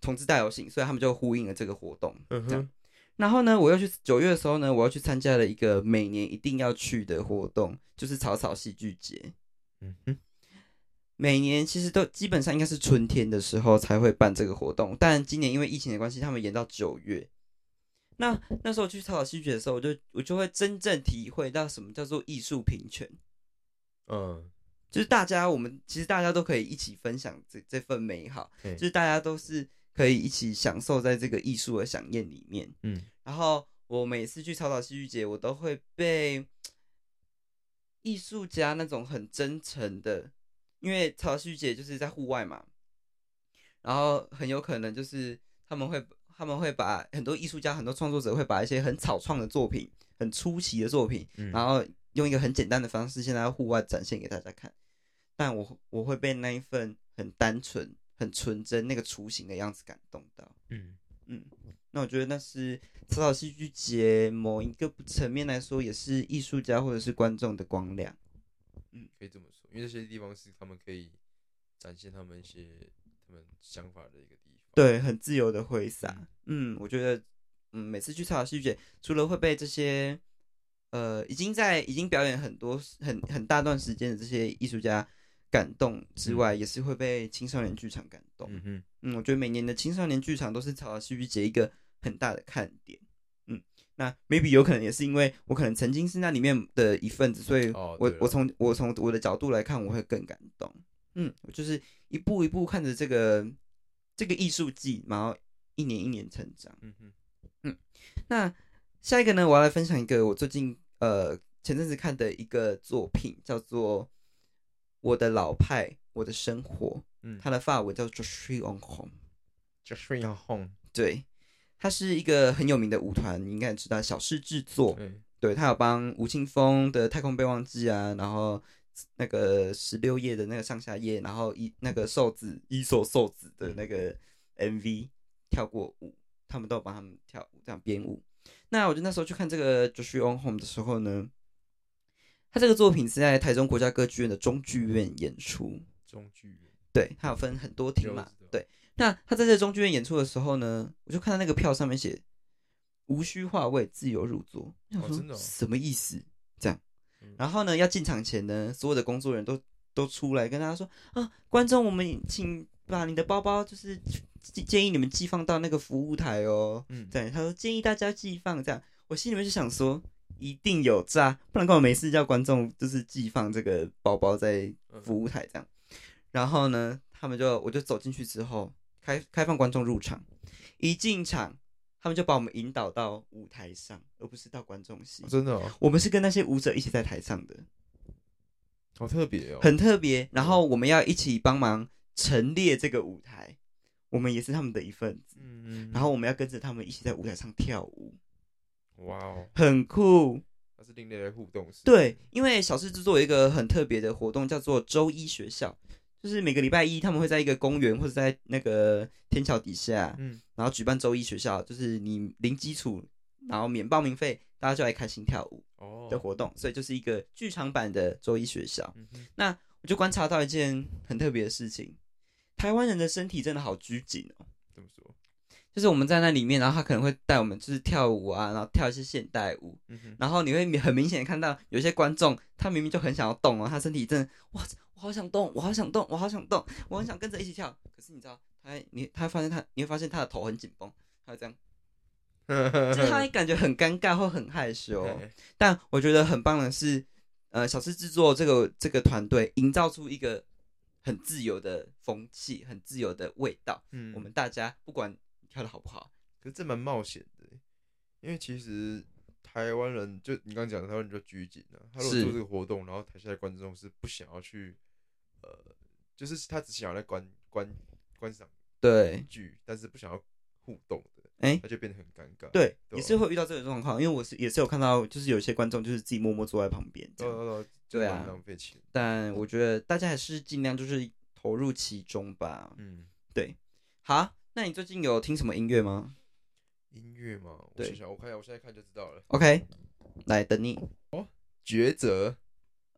[SPEAKER 1] 同志大游行，所以他们就呼应了这个活动。
[SPEAKER 2] 嗯
[SPEAKER 1] 这样
[SPEAKER 2] 哼，
[SPEAKER 1] 然后呢，我又去九月的时候呢，我又去参加了一个每年一定要去的活动，就是草草戏剧节。
[SPEAKER 2] 嗯哼，
[SPEAKER 1] 每年其实都基本上应该是春天的时候才会办这个活动，但今年因为疫情的关系，他们延到九月。那那时候去草草戏剧的时候，我就我就会真正体会到什么叫做艺术平权，
[SPEAKER 2] 嗯，
[SPEAKER 1] 就是大家我们其实大家都可以一起分享这这份美好，
[SPEAKER 2] 嘿
[SPEAKER 1] 就是大家都是可以一起享受在这个艺术的飨宴里面。
[SPEAKER 2] 嗯，
[SPEAKER 1] 然后我每次去草草戏剧节，我都会被艺术家那种很真诚的，因为草草戏剧节就是在户外嘛，然后很有可能就是他们会他们会把很多艺术家、很多创作者会把一些很草创的作品、很出奇的作品，
[SPEAKER 2] 嗯
[SPEAKER 1] 然后用一个很简单的方式，现在户外展现给大家看。但我我会被那一份很单纯、很纯真那个雏形的样子感动到。
[SPEAKER 2] 嗯
[SPEAKER 1] 嗯，那我觉得那是草草戏剧节某一个层面来说，也是艺术家或者是观众的光亮。
[SPEAKER 2] 可以这么说，因为这些地方是他们可以展现他们一些他们想法的一个地方。，
[SPEAKER 1] 对，很自由的挥洒。嗯，我觉得，嗯，每次去草草戏剧节，除了会被这些，呃，已经在已经表演很多很很大段时间的这些艺术家感动之外，也是会被青少年剧场感动。
[SPEAKER 2] 嗯哼，
[SPEAKER 1] 嗯，我觉得每年的青少年剧场都是草草戏剧节一个很大的看点。嗯，那 maybe 有可能也是因为我可能曾经是那里面的一份子，所以
[SPEAKER 2] 哦
[SPEAKER 1] 我、
[SPEAKER 2] 对
[SPEAKER 1] 我
[SPEAKER 2] 了
[SPEAKER 1] 从我从我的角度来看，我会更感动。嗯，我就是一步一步看着这个这个艺术季，然后一年一年成长。
[SPEAKER 2] 嗯哼，
[SPEAKER 1] 那下一个呢，我要来分享一个我最近呃前阵子看的一个作品，叫做《我的老派我的生活》，
[SPEAKER 2] 嗯，
[SPEAKER 1] 它的法文叫做《Tree on Home》。
[SPEAKER 2] 就是要 home，
[SPEAKER 1] 对，他是一个很有名的舞团，你应该也知道小市制作。
[SPEAKER 2] 对，
[SPEAKER 1] 对，他有帮吴青峰的《太空备忘记》啊，然后那个十六页的那个上下页，然后一那个瘦子一手瘦子的那个 MV 跳过舞，他们都有帮他们跳舞，这样编舞。那我就那时候去看这个《就是 On Home》的时候呢，他这个作品是在台中国家歌剧院的中剧院演出。
[SPEAKER 2] 中剧院，
[SPEAKER 1] 对，它有分很多厅嘛
[SPEAKER 2] 有知道。
[SPEAKER 1] 对，那他在这中剧院演出的时候呢，我就看到那个票上面写“无需话位，自由入座”，我想
[SPEAKER 2] 哦
[SPEAKER 1] 说、
[SPEAKER 2] 真的哦
[SPEAKER 1] 什么意思？这样
[SPEAKER 2] 嗯，
[SPEAKER 1] 然后呢，要进场前呢，所有的工作人员都都出来跟大家说啊，观众，我们请把你的包包就是建建议你们寄放到那个服务台哦。
[SPEAKER 2] 嗯，
[SPEAKER 1] 对，他说建议大家寄放这样，我心里面就想说。一定有诈，不然干嘛没事叫观众就是寄放这个包包在
[SPEAKER 2] 嗯
[SPEAKER 1] 服务台这样。然后呢，他们就我就走进去之后，开开放观众入场。一进场，他们就把我们引导到舞台上，而不是到观众席
[SPEAKER 2] 哦。真的哦，
[SPEAKER 1] 我们是跟那些舞者一起在台上的，
[SPEAKER 2] 好特别哦，
[SPEAKER 1] 很特别。然后我们要一起帮忙陈列这个舞台，我们也是他们的一份子。
[SPEAKER 2] 嗯，嗯，
[SPEAKER 1] 然后我们要跟着他们一起在舞台上跳舞，
[SPEAKER 2] 哇哦，
[SPEAKER 1] 很酷。
[SPEAKER 2] 它是另类的互动，是不
[SPEAKER 1] 对
[SPEAKER 2] 是，，
[SPEAKER 1] 因为小市制作有一个很特别的活动，叫做周一学校，就是每个礼拜一他们会在一个公园或者在那个天桥底下，
[SPEAKER 2] 嗯，
[SPEAKER 1] 然后举办周一学校，就是你零基础，然后免报名费，大家就来开心跳舞
[SPEAKER 2] 哦，
[SPEAKER 1] 的活动，所以就是一个剧场版的周一学校。
[SPEAKER 2] 嗯哼，
[SPEAKER 1] 我就观察到一件很特别的事情，台湾人的身体真的好拘谨哦。
[SPEAKER 2] 怎么说？
[SPEAKER 1] 就是我们在那里面，然后他可能会带我们就是跳舞啊，然后跳一些现代舞，
[SPEAKER 2] 嗯哼，
[SPEAKER 1] 然后你会很明显地看到有些观众，他明明就很想要动哦，他身体真的哇，我好想动，我好想动，我好想动，我很想跟着一起跳。可是你知道，他你他发现他，你会发现他的头很紧绷，他会这样，
[SPEAKER 2] 嗯
[SPEAKER 1] 就是他会感觉很尴尬或很害 羞。 但我觉得很棒的是，呃，小吃制作这个这个团队营造出一个很自由的风气，很自由的味道。
[SPEAKER 2] 嗯
[SPEAKER 1] 我们大家不管你跳的好不好，
[SPEAKER 2] 可是这蛮冒险的欸，因为其实台湾人就你刚刚讲的，台湾人就拘谨了、他如果
[SPEAKER 1] 是
[SPEAKER 2] 做这个活动，然后台下的观众是不想要去，呃，就是他只想要来观观观赏
[SPEAKER 1] 对，
[SPEAKER 2] 剧，但是不想要互动的，
[SPEAKER 1] 哎
[SPEAKER 2] 他就变得很尴尬。
[SPEAKER 1] 对，
[SPEAKER 2] 对
[SPEAKER 1] 也
[SPEAKER 2] 啊
[SPEAKER 1] 是会遇到这种状况，因为我是也是有看到，就是有些观众就是自己默默坐在旁边这
[SPEAKER 2] 对啊，
[SPEAKER 1] 样，
[SPEAKER 2] 对啊就
[SPEAKER 1] 对
[SPEAKER 2] 蛮
[SPEAKER 1] 啊
[SPEAKER 2] 浪费钱。
[SPEAKER 1] 但我觉得大家还是尽量就是投入其中吧。
[SPEAKER 2] 嗯，
[SPEAKER 1] 好，那你最近有听什么音乐吗
[SPEAKER 2] 音乐嘛，我
[SPEAKER 1] 对
[SPEAKER 2] 想想，我看一下我现在看就知道了。
[SPEAKER 1] ？OK，来等你。
[SPEAKER 2] 抉择，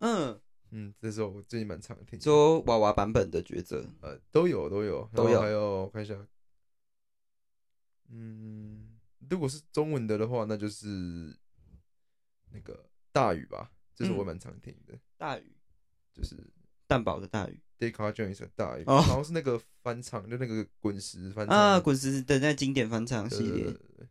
[SPEAKER 1] 嗯，
[SPEAKER 2] 嗯，这首我最近蛮常听的，
[SPEAKER 1] 说娃娃版本的抉择，
[SPEAKER 2] 呃，都有都有
[SPEAKER 1] 都
[SPEAKER 2] 然后
[SPEAKER 1] 有
[SPEAKER 2] 还有我看一下，嗯，如果是中文的的话，那就是那个大宇吧，这是我
[SPEAKER 1] 嗯
[SPEAKER 2] 蛮常听的，
[SPEAKER 1] 大鱼
[SPEAKER 2] 就是
[SPEAKER 1] 蛋堡的大鱼
[SPEAKER 2] Decca Jones 的大宇，
[SPEAKER 1] 哦
[SPEAKER 2] 然后是那个翻唱，就那个滚石翻唱
[SPEAKER 1] 啊，滚石的那经典翻唱系
[SPEAKER 2] 对对
[SPEAKER 1] 列。
[SPEAKER 2] 对对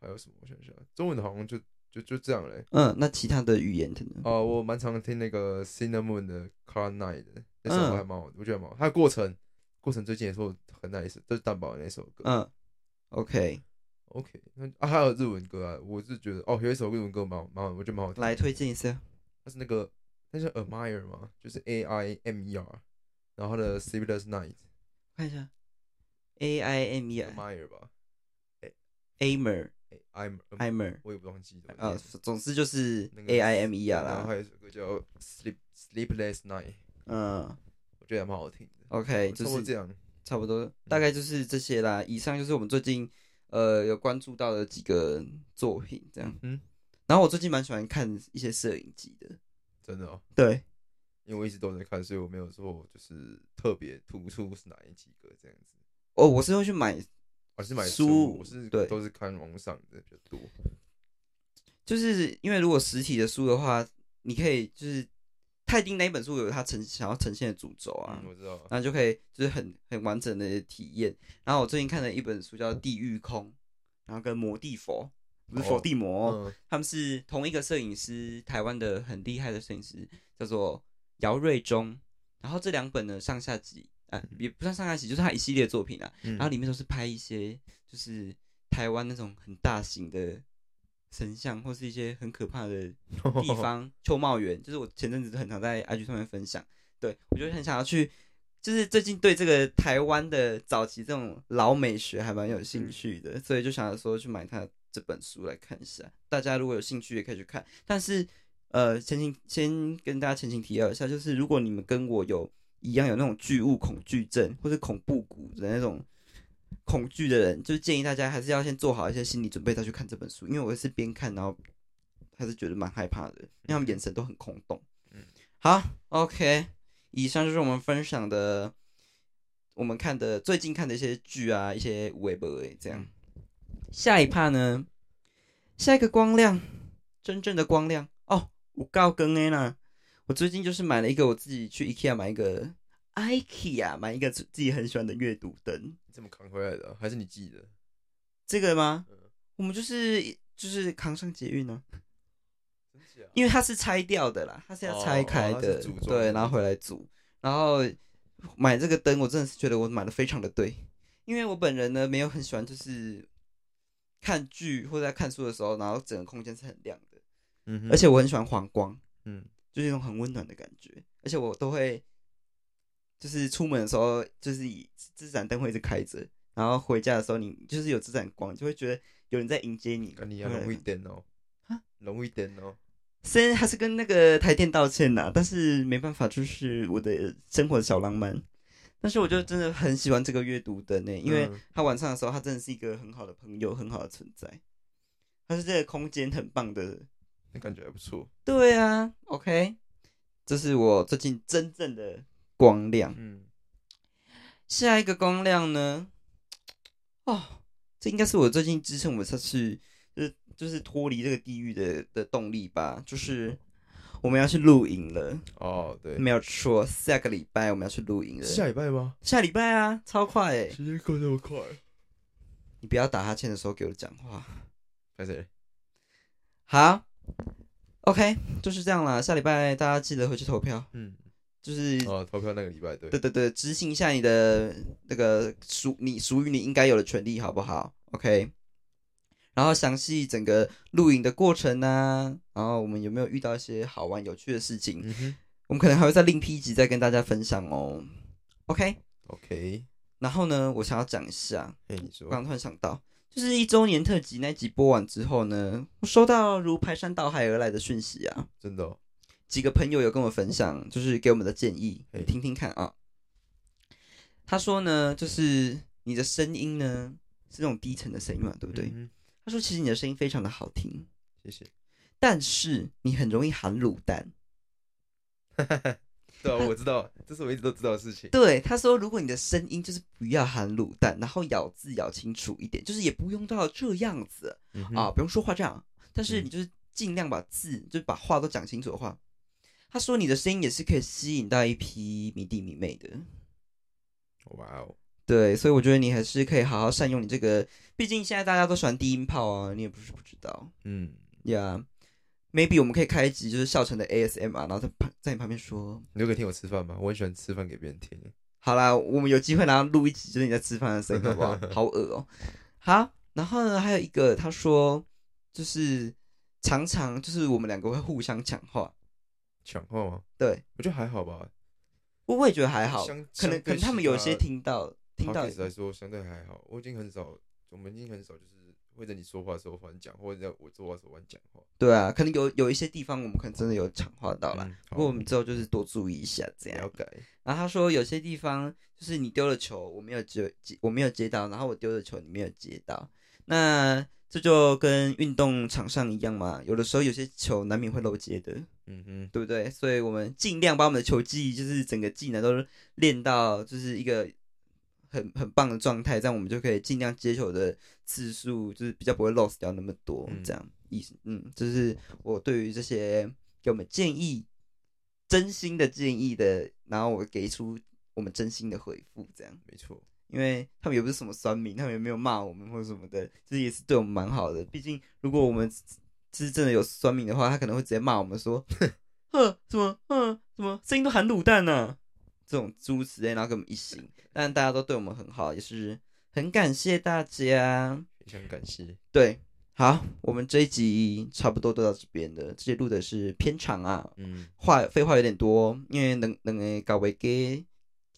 [SPEAKER 2] 还有什么？我想一下，中文的好像就就就这样嘞。
[SPEAKER 1] 嗯，那其他的语言的呢？
[SPEAKER 2] 哦、我蛮常听那个 Cinnamon 的 Car Night 的那首
[SPEAKER 1] 嗯
[SPEAKER 2] 歌还蛮好，我觉得蛮好。它的过程过程最近也是我很 nice，就是蛋堡的那首歌。
[SPEAKER 1] 嗯，OK，
[SPEAKER 2] OK，那啊还有日文歌啊，我是觉得哦有一首日文歌蛮好蛮好，我觉得蛮好听的。
[SPEAKER 1] 来推荐一下。
[SPEAKER 2] 它是那个那是 Admire 嘛，就是 A I M E R，然后它的 Sleepless Night
[SPEAKER 1] 看一下，A I M E I
[SPEAKER 2] Admire 吧，
[SPEAKER 1] Aimer
[SPEAKER 2] I'm
[SPEAKER 1] Aimer
[SPEAKER 2] 我也不忘记怎么
[SPEAKER 1] 啊，
[SPEAKER 2] 念
[SPEAKER 1] 总之就是
[SPEAKER 2] 那个
[SPEAKER 1] A I M E 啊
[SPEAKER 2] 然后
[SPEAKER 1] 啦，
[SPEAKER 2] 还有一首歌叫 Sleep Sleepless Night，
[SPEAKER 1] 嗯
[SPEAKER 2] 我觉得还蛮好听的。
[SPEAKER 1] ，OK，哦
[SPEAKER 2] 差
[SPEAKER 1] 就
[SPEAKER 2] 不多
[SPEAKER 1] 是
[SPEAKER 2] 这样，嗯
[SPEAKER 1] 差不多，大概就是这些啦。以上就是我们最近呃有关注到的几个作品，这样。
[SPEAKER 2] 嗯，
[SPEAKER 1] 然后我最近蛮喜欢看一些摄影集的，
[SPEAKER 2] 真的、哦，
[SPEAKER 1] 对，
[SPEAKER 2] 因为我一直都在看，所以我没有说就是特别突出是哪一几个这样子。
[SPEAKER 1] 哦，我是会去买，
[SPEAKER 2] 我是买
[SPEAKER 1] 书
[SPEAKER 2] 书，我是
[SPEAKER 1] 对
[SPEAKER 2] 都是看网上的比较多。嗯
[SPEAKER 1] 就是因为如果实体的书的话，你可以就是泰丁那一本书有他呈想要呈现的主轴啊，
[SPEAKER 2] 嗯，我知道。
[SPEAKER 1] 然后就可以就是很很完整的体验。然后我最近看了一本书叫《地狱空》，然后跟《魔地佛》，不是
[SPEAKER 2] 哦
[SPEAKER 1] 佛地魔哦、
[SPEAKER 2] 嗯，
[SPEAKER 1] 他们是同一个摄影师，台湾的很厉害的摄影师，叫做姚瑞忠。然后这两本呢，上下集啊、呃也不算上下集，就是他一系列作品啊。
[SPEAKER 2] 嗯
[SPEAKER 1] 然后里面都是拍一些就是台湾那种很大型的神像，或是一些很可怕的地 方秋茂园，就是我前阵子很常在 IG 上面分享，对我就很想要去，就是最近对这个台湾的早期这种老美学还蛮有兴趣的，所以就想要说去买他这本书来看一下。大家如果有兴趣也可以去看，但是呃，前情先跟大家前情提要一下，就是如果你们跟我有一样有那种巨物恐惧症或是恐怖谷的那种。恐惧的人，就是建议大家还是要先做好一些心理准备，再去看这本书。因为我是边看然后还是觉得蛮害怕的，因为他们眼神都很空洞。
[SPEAKER 2] 嗯
[SPEAKER 1] 好，OK，以上就是我们分享的，我们看的最近看的一些剧啊，一些微博这样。下一趴呢，下一个光亮，真正的光亮哦，我告更 A 啦，我最近就是买了一个我自己去 IKEA 买一个 IKEA 买一个自己很喜欢的阅读灯，
[SPEAKER 2] 你怎么扛回来的啊？还是你记得？
[SPEAKER 1] 这个吗
[SPEAKER 2] 嗯？
[SPEAKER 1] 我们就是就是扛上捷运呢、啊
[SPEAKER 2] 真假？
[SPEAKER 1] 因为它是拆掉的啦，它是要拆开
[SPEAKER 2] 哦它
[SPEAKER 1] 的，
[SPEAKER 2] 是组装的
[SPEAKER 1] 对，然后回来组，然后买这个灯，我真的是觉得我买的非常的对，因为我本人呢没有很喜欢就是看剧或者在看书的时候，然后整个空间是很亮的，
[SPEAKER 2] 嗯哼，
[SPEAKER 1] 而且我很喜欢黄光，
[SPEAKER 2] 嗯，
[SPEAKER 1] 就是一种很温暖的感觉，而且我都会就是出门的时候，就是以这盏灯会一直开着，然后回家的时候你就是有这盏光，就会觉得有人在迎接你，
[SPEAKER 2] 啊那你要容易点哦
[SPEAKER 1] 嗯啊，
[SPEAKER 2] 容易点哦。
[SPEAKER 1] 虽然还是跟那个台电道歉呐、但是没办法，就是我的生活的小浪漫。但是我就真的很喜欢这个阅读灯呢、因为
[SPEAKER 2] 嗯
[SPEAKER 1] 它晚上的时候，它真的是一个很好的朋友，很好的存在。它是这个空间很棒的。
[SPEAKER 2] 那感觉还不错。
[SPEAKER 1] 对啊，OK，这是我最近真正的光亮。
[SPEAKER 2] 嗯，
[SPEAKER 1] 下一个光亮呢？哦，这应该是我最近支撑我这次就是就是脱离这个地狱的的动力吧，就是我们要去露营了。
[SPEAKER 2] 哦，对，
[SPEAKER 1] 没有错，下个礼拜我们要去露营了。
[SPEAKER 2] 下礼拜吗？
[SPEAKER 1] 下礼拜啊，超快哎！
[SPEAKER 2] 时间过那么快，
[SPEAKER 1] 你不要打哈欠的时候给我讲话。
[SPEAKER 2] 拍谁？
[SPEAKER 1] 好，OK，就是这样啦。下礼拜大家记得回去投票，
[SPEAKER 2] 嗯，
[SPEAKER 1] 就是、
[SPEAKER 2] 哦，投票那个礼拜对
[SPEAKER 1] 对。对对，执行一下你的那个属你属于你应该有的权利，好不好？OK。然后详细整个露营的过程啊，然后我们有没有遇到一些好玩有趣的事情，
[SPEAKER 2] 嗯哼
[SPEAKER 1] 我们可能还会再另辟一集再跟大家分享哦。OK，
[SPEAKER 2] ，OK，
[SPEAKER 1] 然后呢，我想要讲一下，
[SPEAKER 2] 哎，你
[SPEAKER 1] 我
[SPEAKER 2] 说
[SPEAKER 1] 刚，刚突然想到，就是一周年特辑那集播完之后呢，我收到如排山倒海而来的讯息啊，
[SPEAKER 2] 真的哦，
[SPEAKER 1] 几个朋友有跟我分享，就是给我们的建议，
[SPEAKER 2] 嘿
[SPEAKER 1] 你听听看啊。他说呢，就是你的声音呢是那种低沉的声音嘛，对不对？
[SPEAKER 2] 嗯哼，
[SPEAKER 1] 他说其实你的声音非常的好听，
[SPEAKER 2] 谢谢。
[SPEAKER 1] 但是你很容易含卤蛋。
[SPEAKER 2] 对啊，我知道，这是我一直都知道的事情。
[SPEAKER 1] 对，他说如果你的声音就是不要含卤蛋，然后咬字咬清楚一点，就是也不用到这样子，
[SPEAKER 2] 嗯哼
[SPEAKER 1] 啊，，不用说话这样，但是
[SPEAKER 2] 嗯
[SPEAKER 1] 你就是尽量把字，就是把话都讲清楚的话，他说你的声音也是可以吸引到一批迷弟迷妹的。
[SPEAKER 2] 哇哦，
[SPEAKER 1] 对，所以我觉得你还是可以好好善用你这个，毕竟现在大家都喜欢低音炮啊，你也不是不知道
[SPEAKER 2] 嗯，
[SPEAKER 1] 呀。Yeah, maybe 我们可以开一集就是笑成的 ASMR，然后在旁在你旁边说，
[SPEAKER 2] 你都可以听我吃饭吗？我很喜欢吃饭给别人听。
[SPEAKER 1] 好啦，我们有机会然后录一集，就是你在吃饭的声音，好 不好？好恶哦、好，然后呢，还有一个他说，就是常常就是我们两个会互相讲话，
[SPEAKER 2] 抢话吗？
[SPEAKER 1] 对，
[SPEAKER 2] 我觉得还好吧。
[SPEAKER 1] 我我也觉得还好
[SPEAKER 2] 相，
[SPEAKER 1] 可能
[SPEAKER 2] 相对
[SPEAKER 1] 可能他们有些
[SPEAKER 2] 其他
[SPEAKER 1] 听到听到
[SPEAKER 2] Podcast 来说相对还好，我已经很少，我们已经很少就是会在你说话的时候乱讲，或者在我说话的时候乱讲话。
[SPEAKER 1] 对啊，可能有有一些地方我们可能真的有强化到啦，
[SPEAKER 2] 嗯
[SPEAKER 1] 不过我
[SPEAKER 2] 好，
[SPEAKER 1] 们之后就是多注意一下这
[SPEAKER 2] 也要
[SPEAKER 1] 样。
[SPEAKER 2] 改。
[SPEAKER 1] 然后他说有些地方就是你丢了球，我没有接接我没有接到，然后我丢了球你没有接到，那这就跟运动场上一样嘛，有的时候有些球难免会漏接的，
[SPEAKER 2] 嗯哼，
[SPEAKER 1] 对不对？所以我们尽量把我们的球技，就是整个技能都练到就是一个很很棒的状态，这样我们就可以尽量接球的次数，就是比较不会 loss 掉那么多。
[SPEAKER 2] 嗯
[SPEAKER 1] 这样意思，嗯，就是我对于这些给我们建议，真心的建议的，然后我给出我们真心的回复，这样。
[SPEAKER 2] 没错。
[SPEAKER 1] 因为他们也不是什么酸民，他们也没有骂我们或者什么的，就是也是对我们蛮好的。毕竟如果我们是真的有酸民的话，他可能会直接骂我们说，呵，什么，嗯，什么声音都含卤蛋呢、这种诸如此类，然后跟我们一行。但大家都对我们很好，也是很感谢大家。
[SPEAKER 2] 非常 感谢。
[SPEAKER 1] 对，好，我们这一集差不多都到这边了，这集录的是偏长啊，
[SPEAKER 2] 嗯，
[SPEAKER 1] 话废话有点多，哦因为两两个搞袂给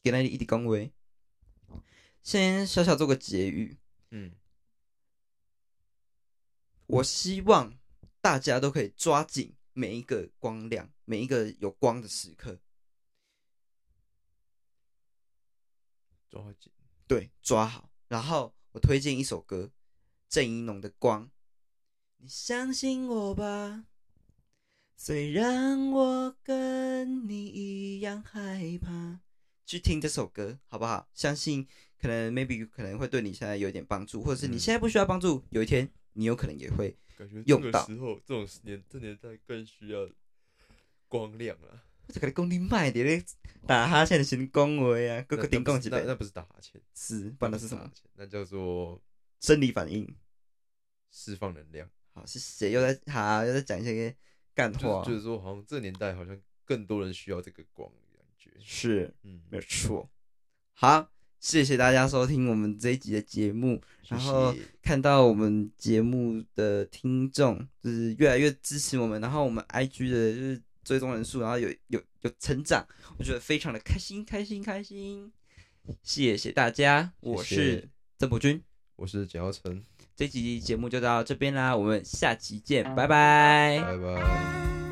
[SPEAKER 1] 给那里一直讲话。先小小做个结语，
[SPEAKER 2] 嗯，
[SPEAKER 1] 我希望大家都可以抓紧每一个光亮，每一个有光的时刻，
[SPEAKER 2] 抓紧。
[SPEAKER 1] 对，抓好。然后我推荐一首歌，郑怡农的《光》，你相信我吧，虽然我跟你一样害怕。去听这首歌好不好？相信可能 maybe 可能会对你现在有点帮助，或者是你
[SPEAKER 2] 嗯
[SPEAKER 1] 现在不需要帮助，有一天你有可能也会。
[SPEAKER 2] 感觉这
[SPEAKER 1] 用
[SPEAKER 2] 个
[SPEAKER 1] 到
[SPEAKER 2] 时候，这种年这年代更需要光亮了。
[SPEAKER 1] 我就跟你讲，你卖的咧打哈欠的先恭维啊，各
[SPEAKER 2] 那
[SPEAKER 1] 个顶
[SPEAKER 2] 那
[SPEAKER 1] 供
[SPEAKER 2] 不是
[SPEAKER 1] 几
[SPEAKER 2] 那
[SPEAKER 1] 百
[SPEAKER 2] 那不是打哈欠，
[SPEAKER 1] 是，不然那是什
[SPEAKER 2] 打
[SPEAKER 1] 么
[SPEAKER 2] 哈欠？那叫做
[SPEAKER 1] 生理反应？
[SPEAKER 2] 释放能量。
[SPEAKER 1] 好，谢谢，又在哈又在讲一些干
[SPEAKER 2] 就
[SPEAKER 1] 话，
[SPEAKER 2] 是就是说，好像这年代好像更多人需要这个光的感觉。
[SPEAKER 1] 是
[SPEAKER 2] 嗯，
[SPEAKER 1] 没错。好，谢谢大家收听我们这一集的节目。然后
[SPEAKER 2] 谢谢
[SPEAKER 1] 看到我们节目的听众就是越来越支持我们，然后我们 IG 的就是追踪人数，然后有有有成长，我觉得非常的开心，开心，开心。谢谢大家，我
[SPEAKER 2] 谢
[SPEAKER 1] 是郑博君，
[SPEAKER 2] 我是简耀成，
[SPEAKER 1] 这集节目就到这边啦，我们下期见，拜拜。
[SPEAKER 2] 拜拜。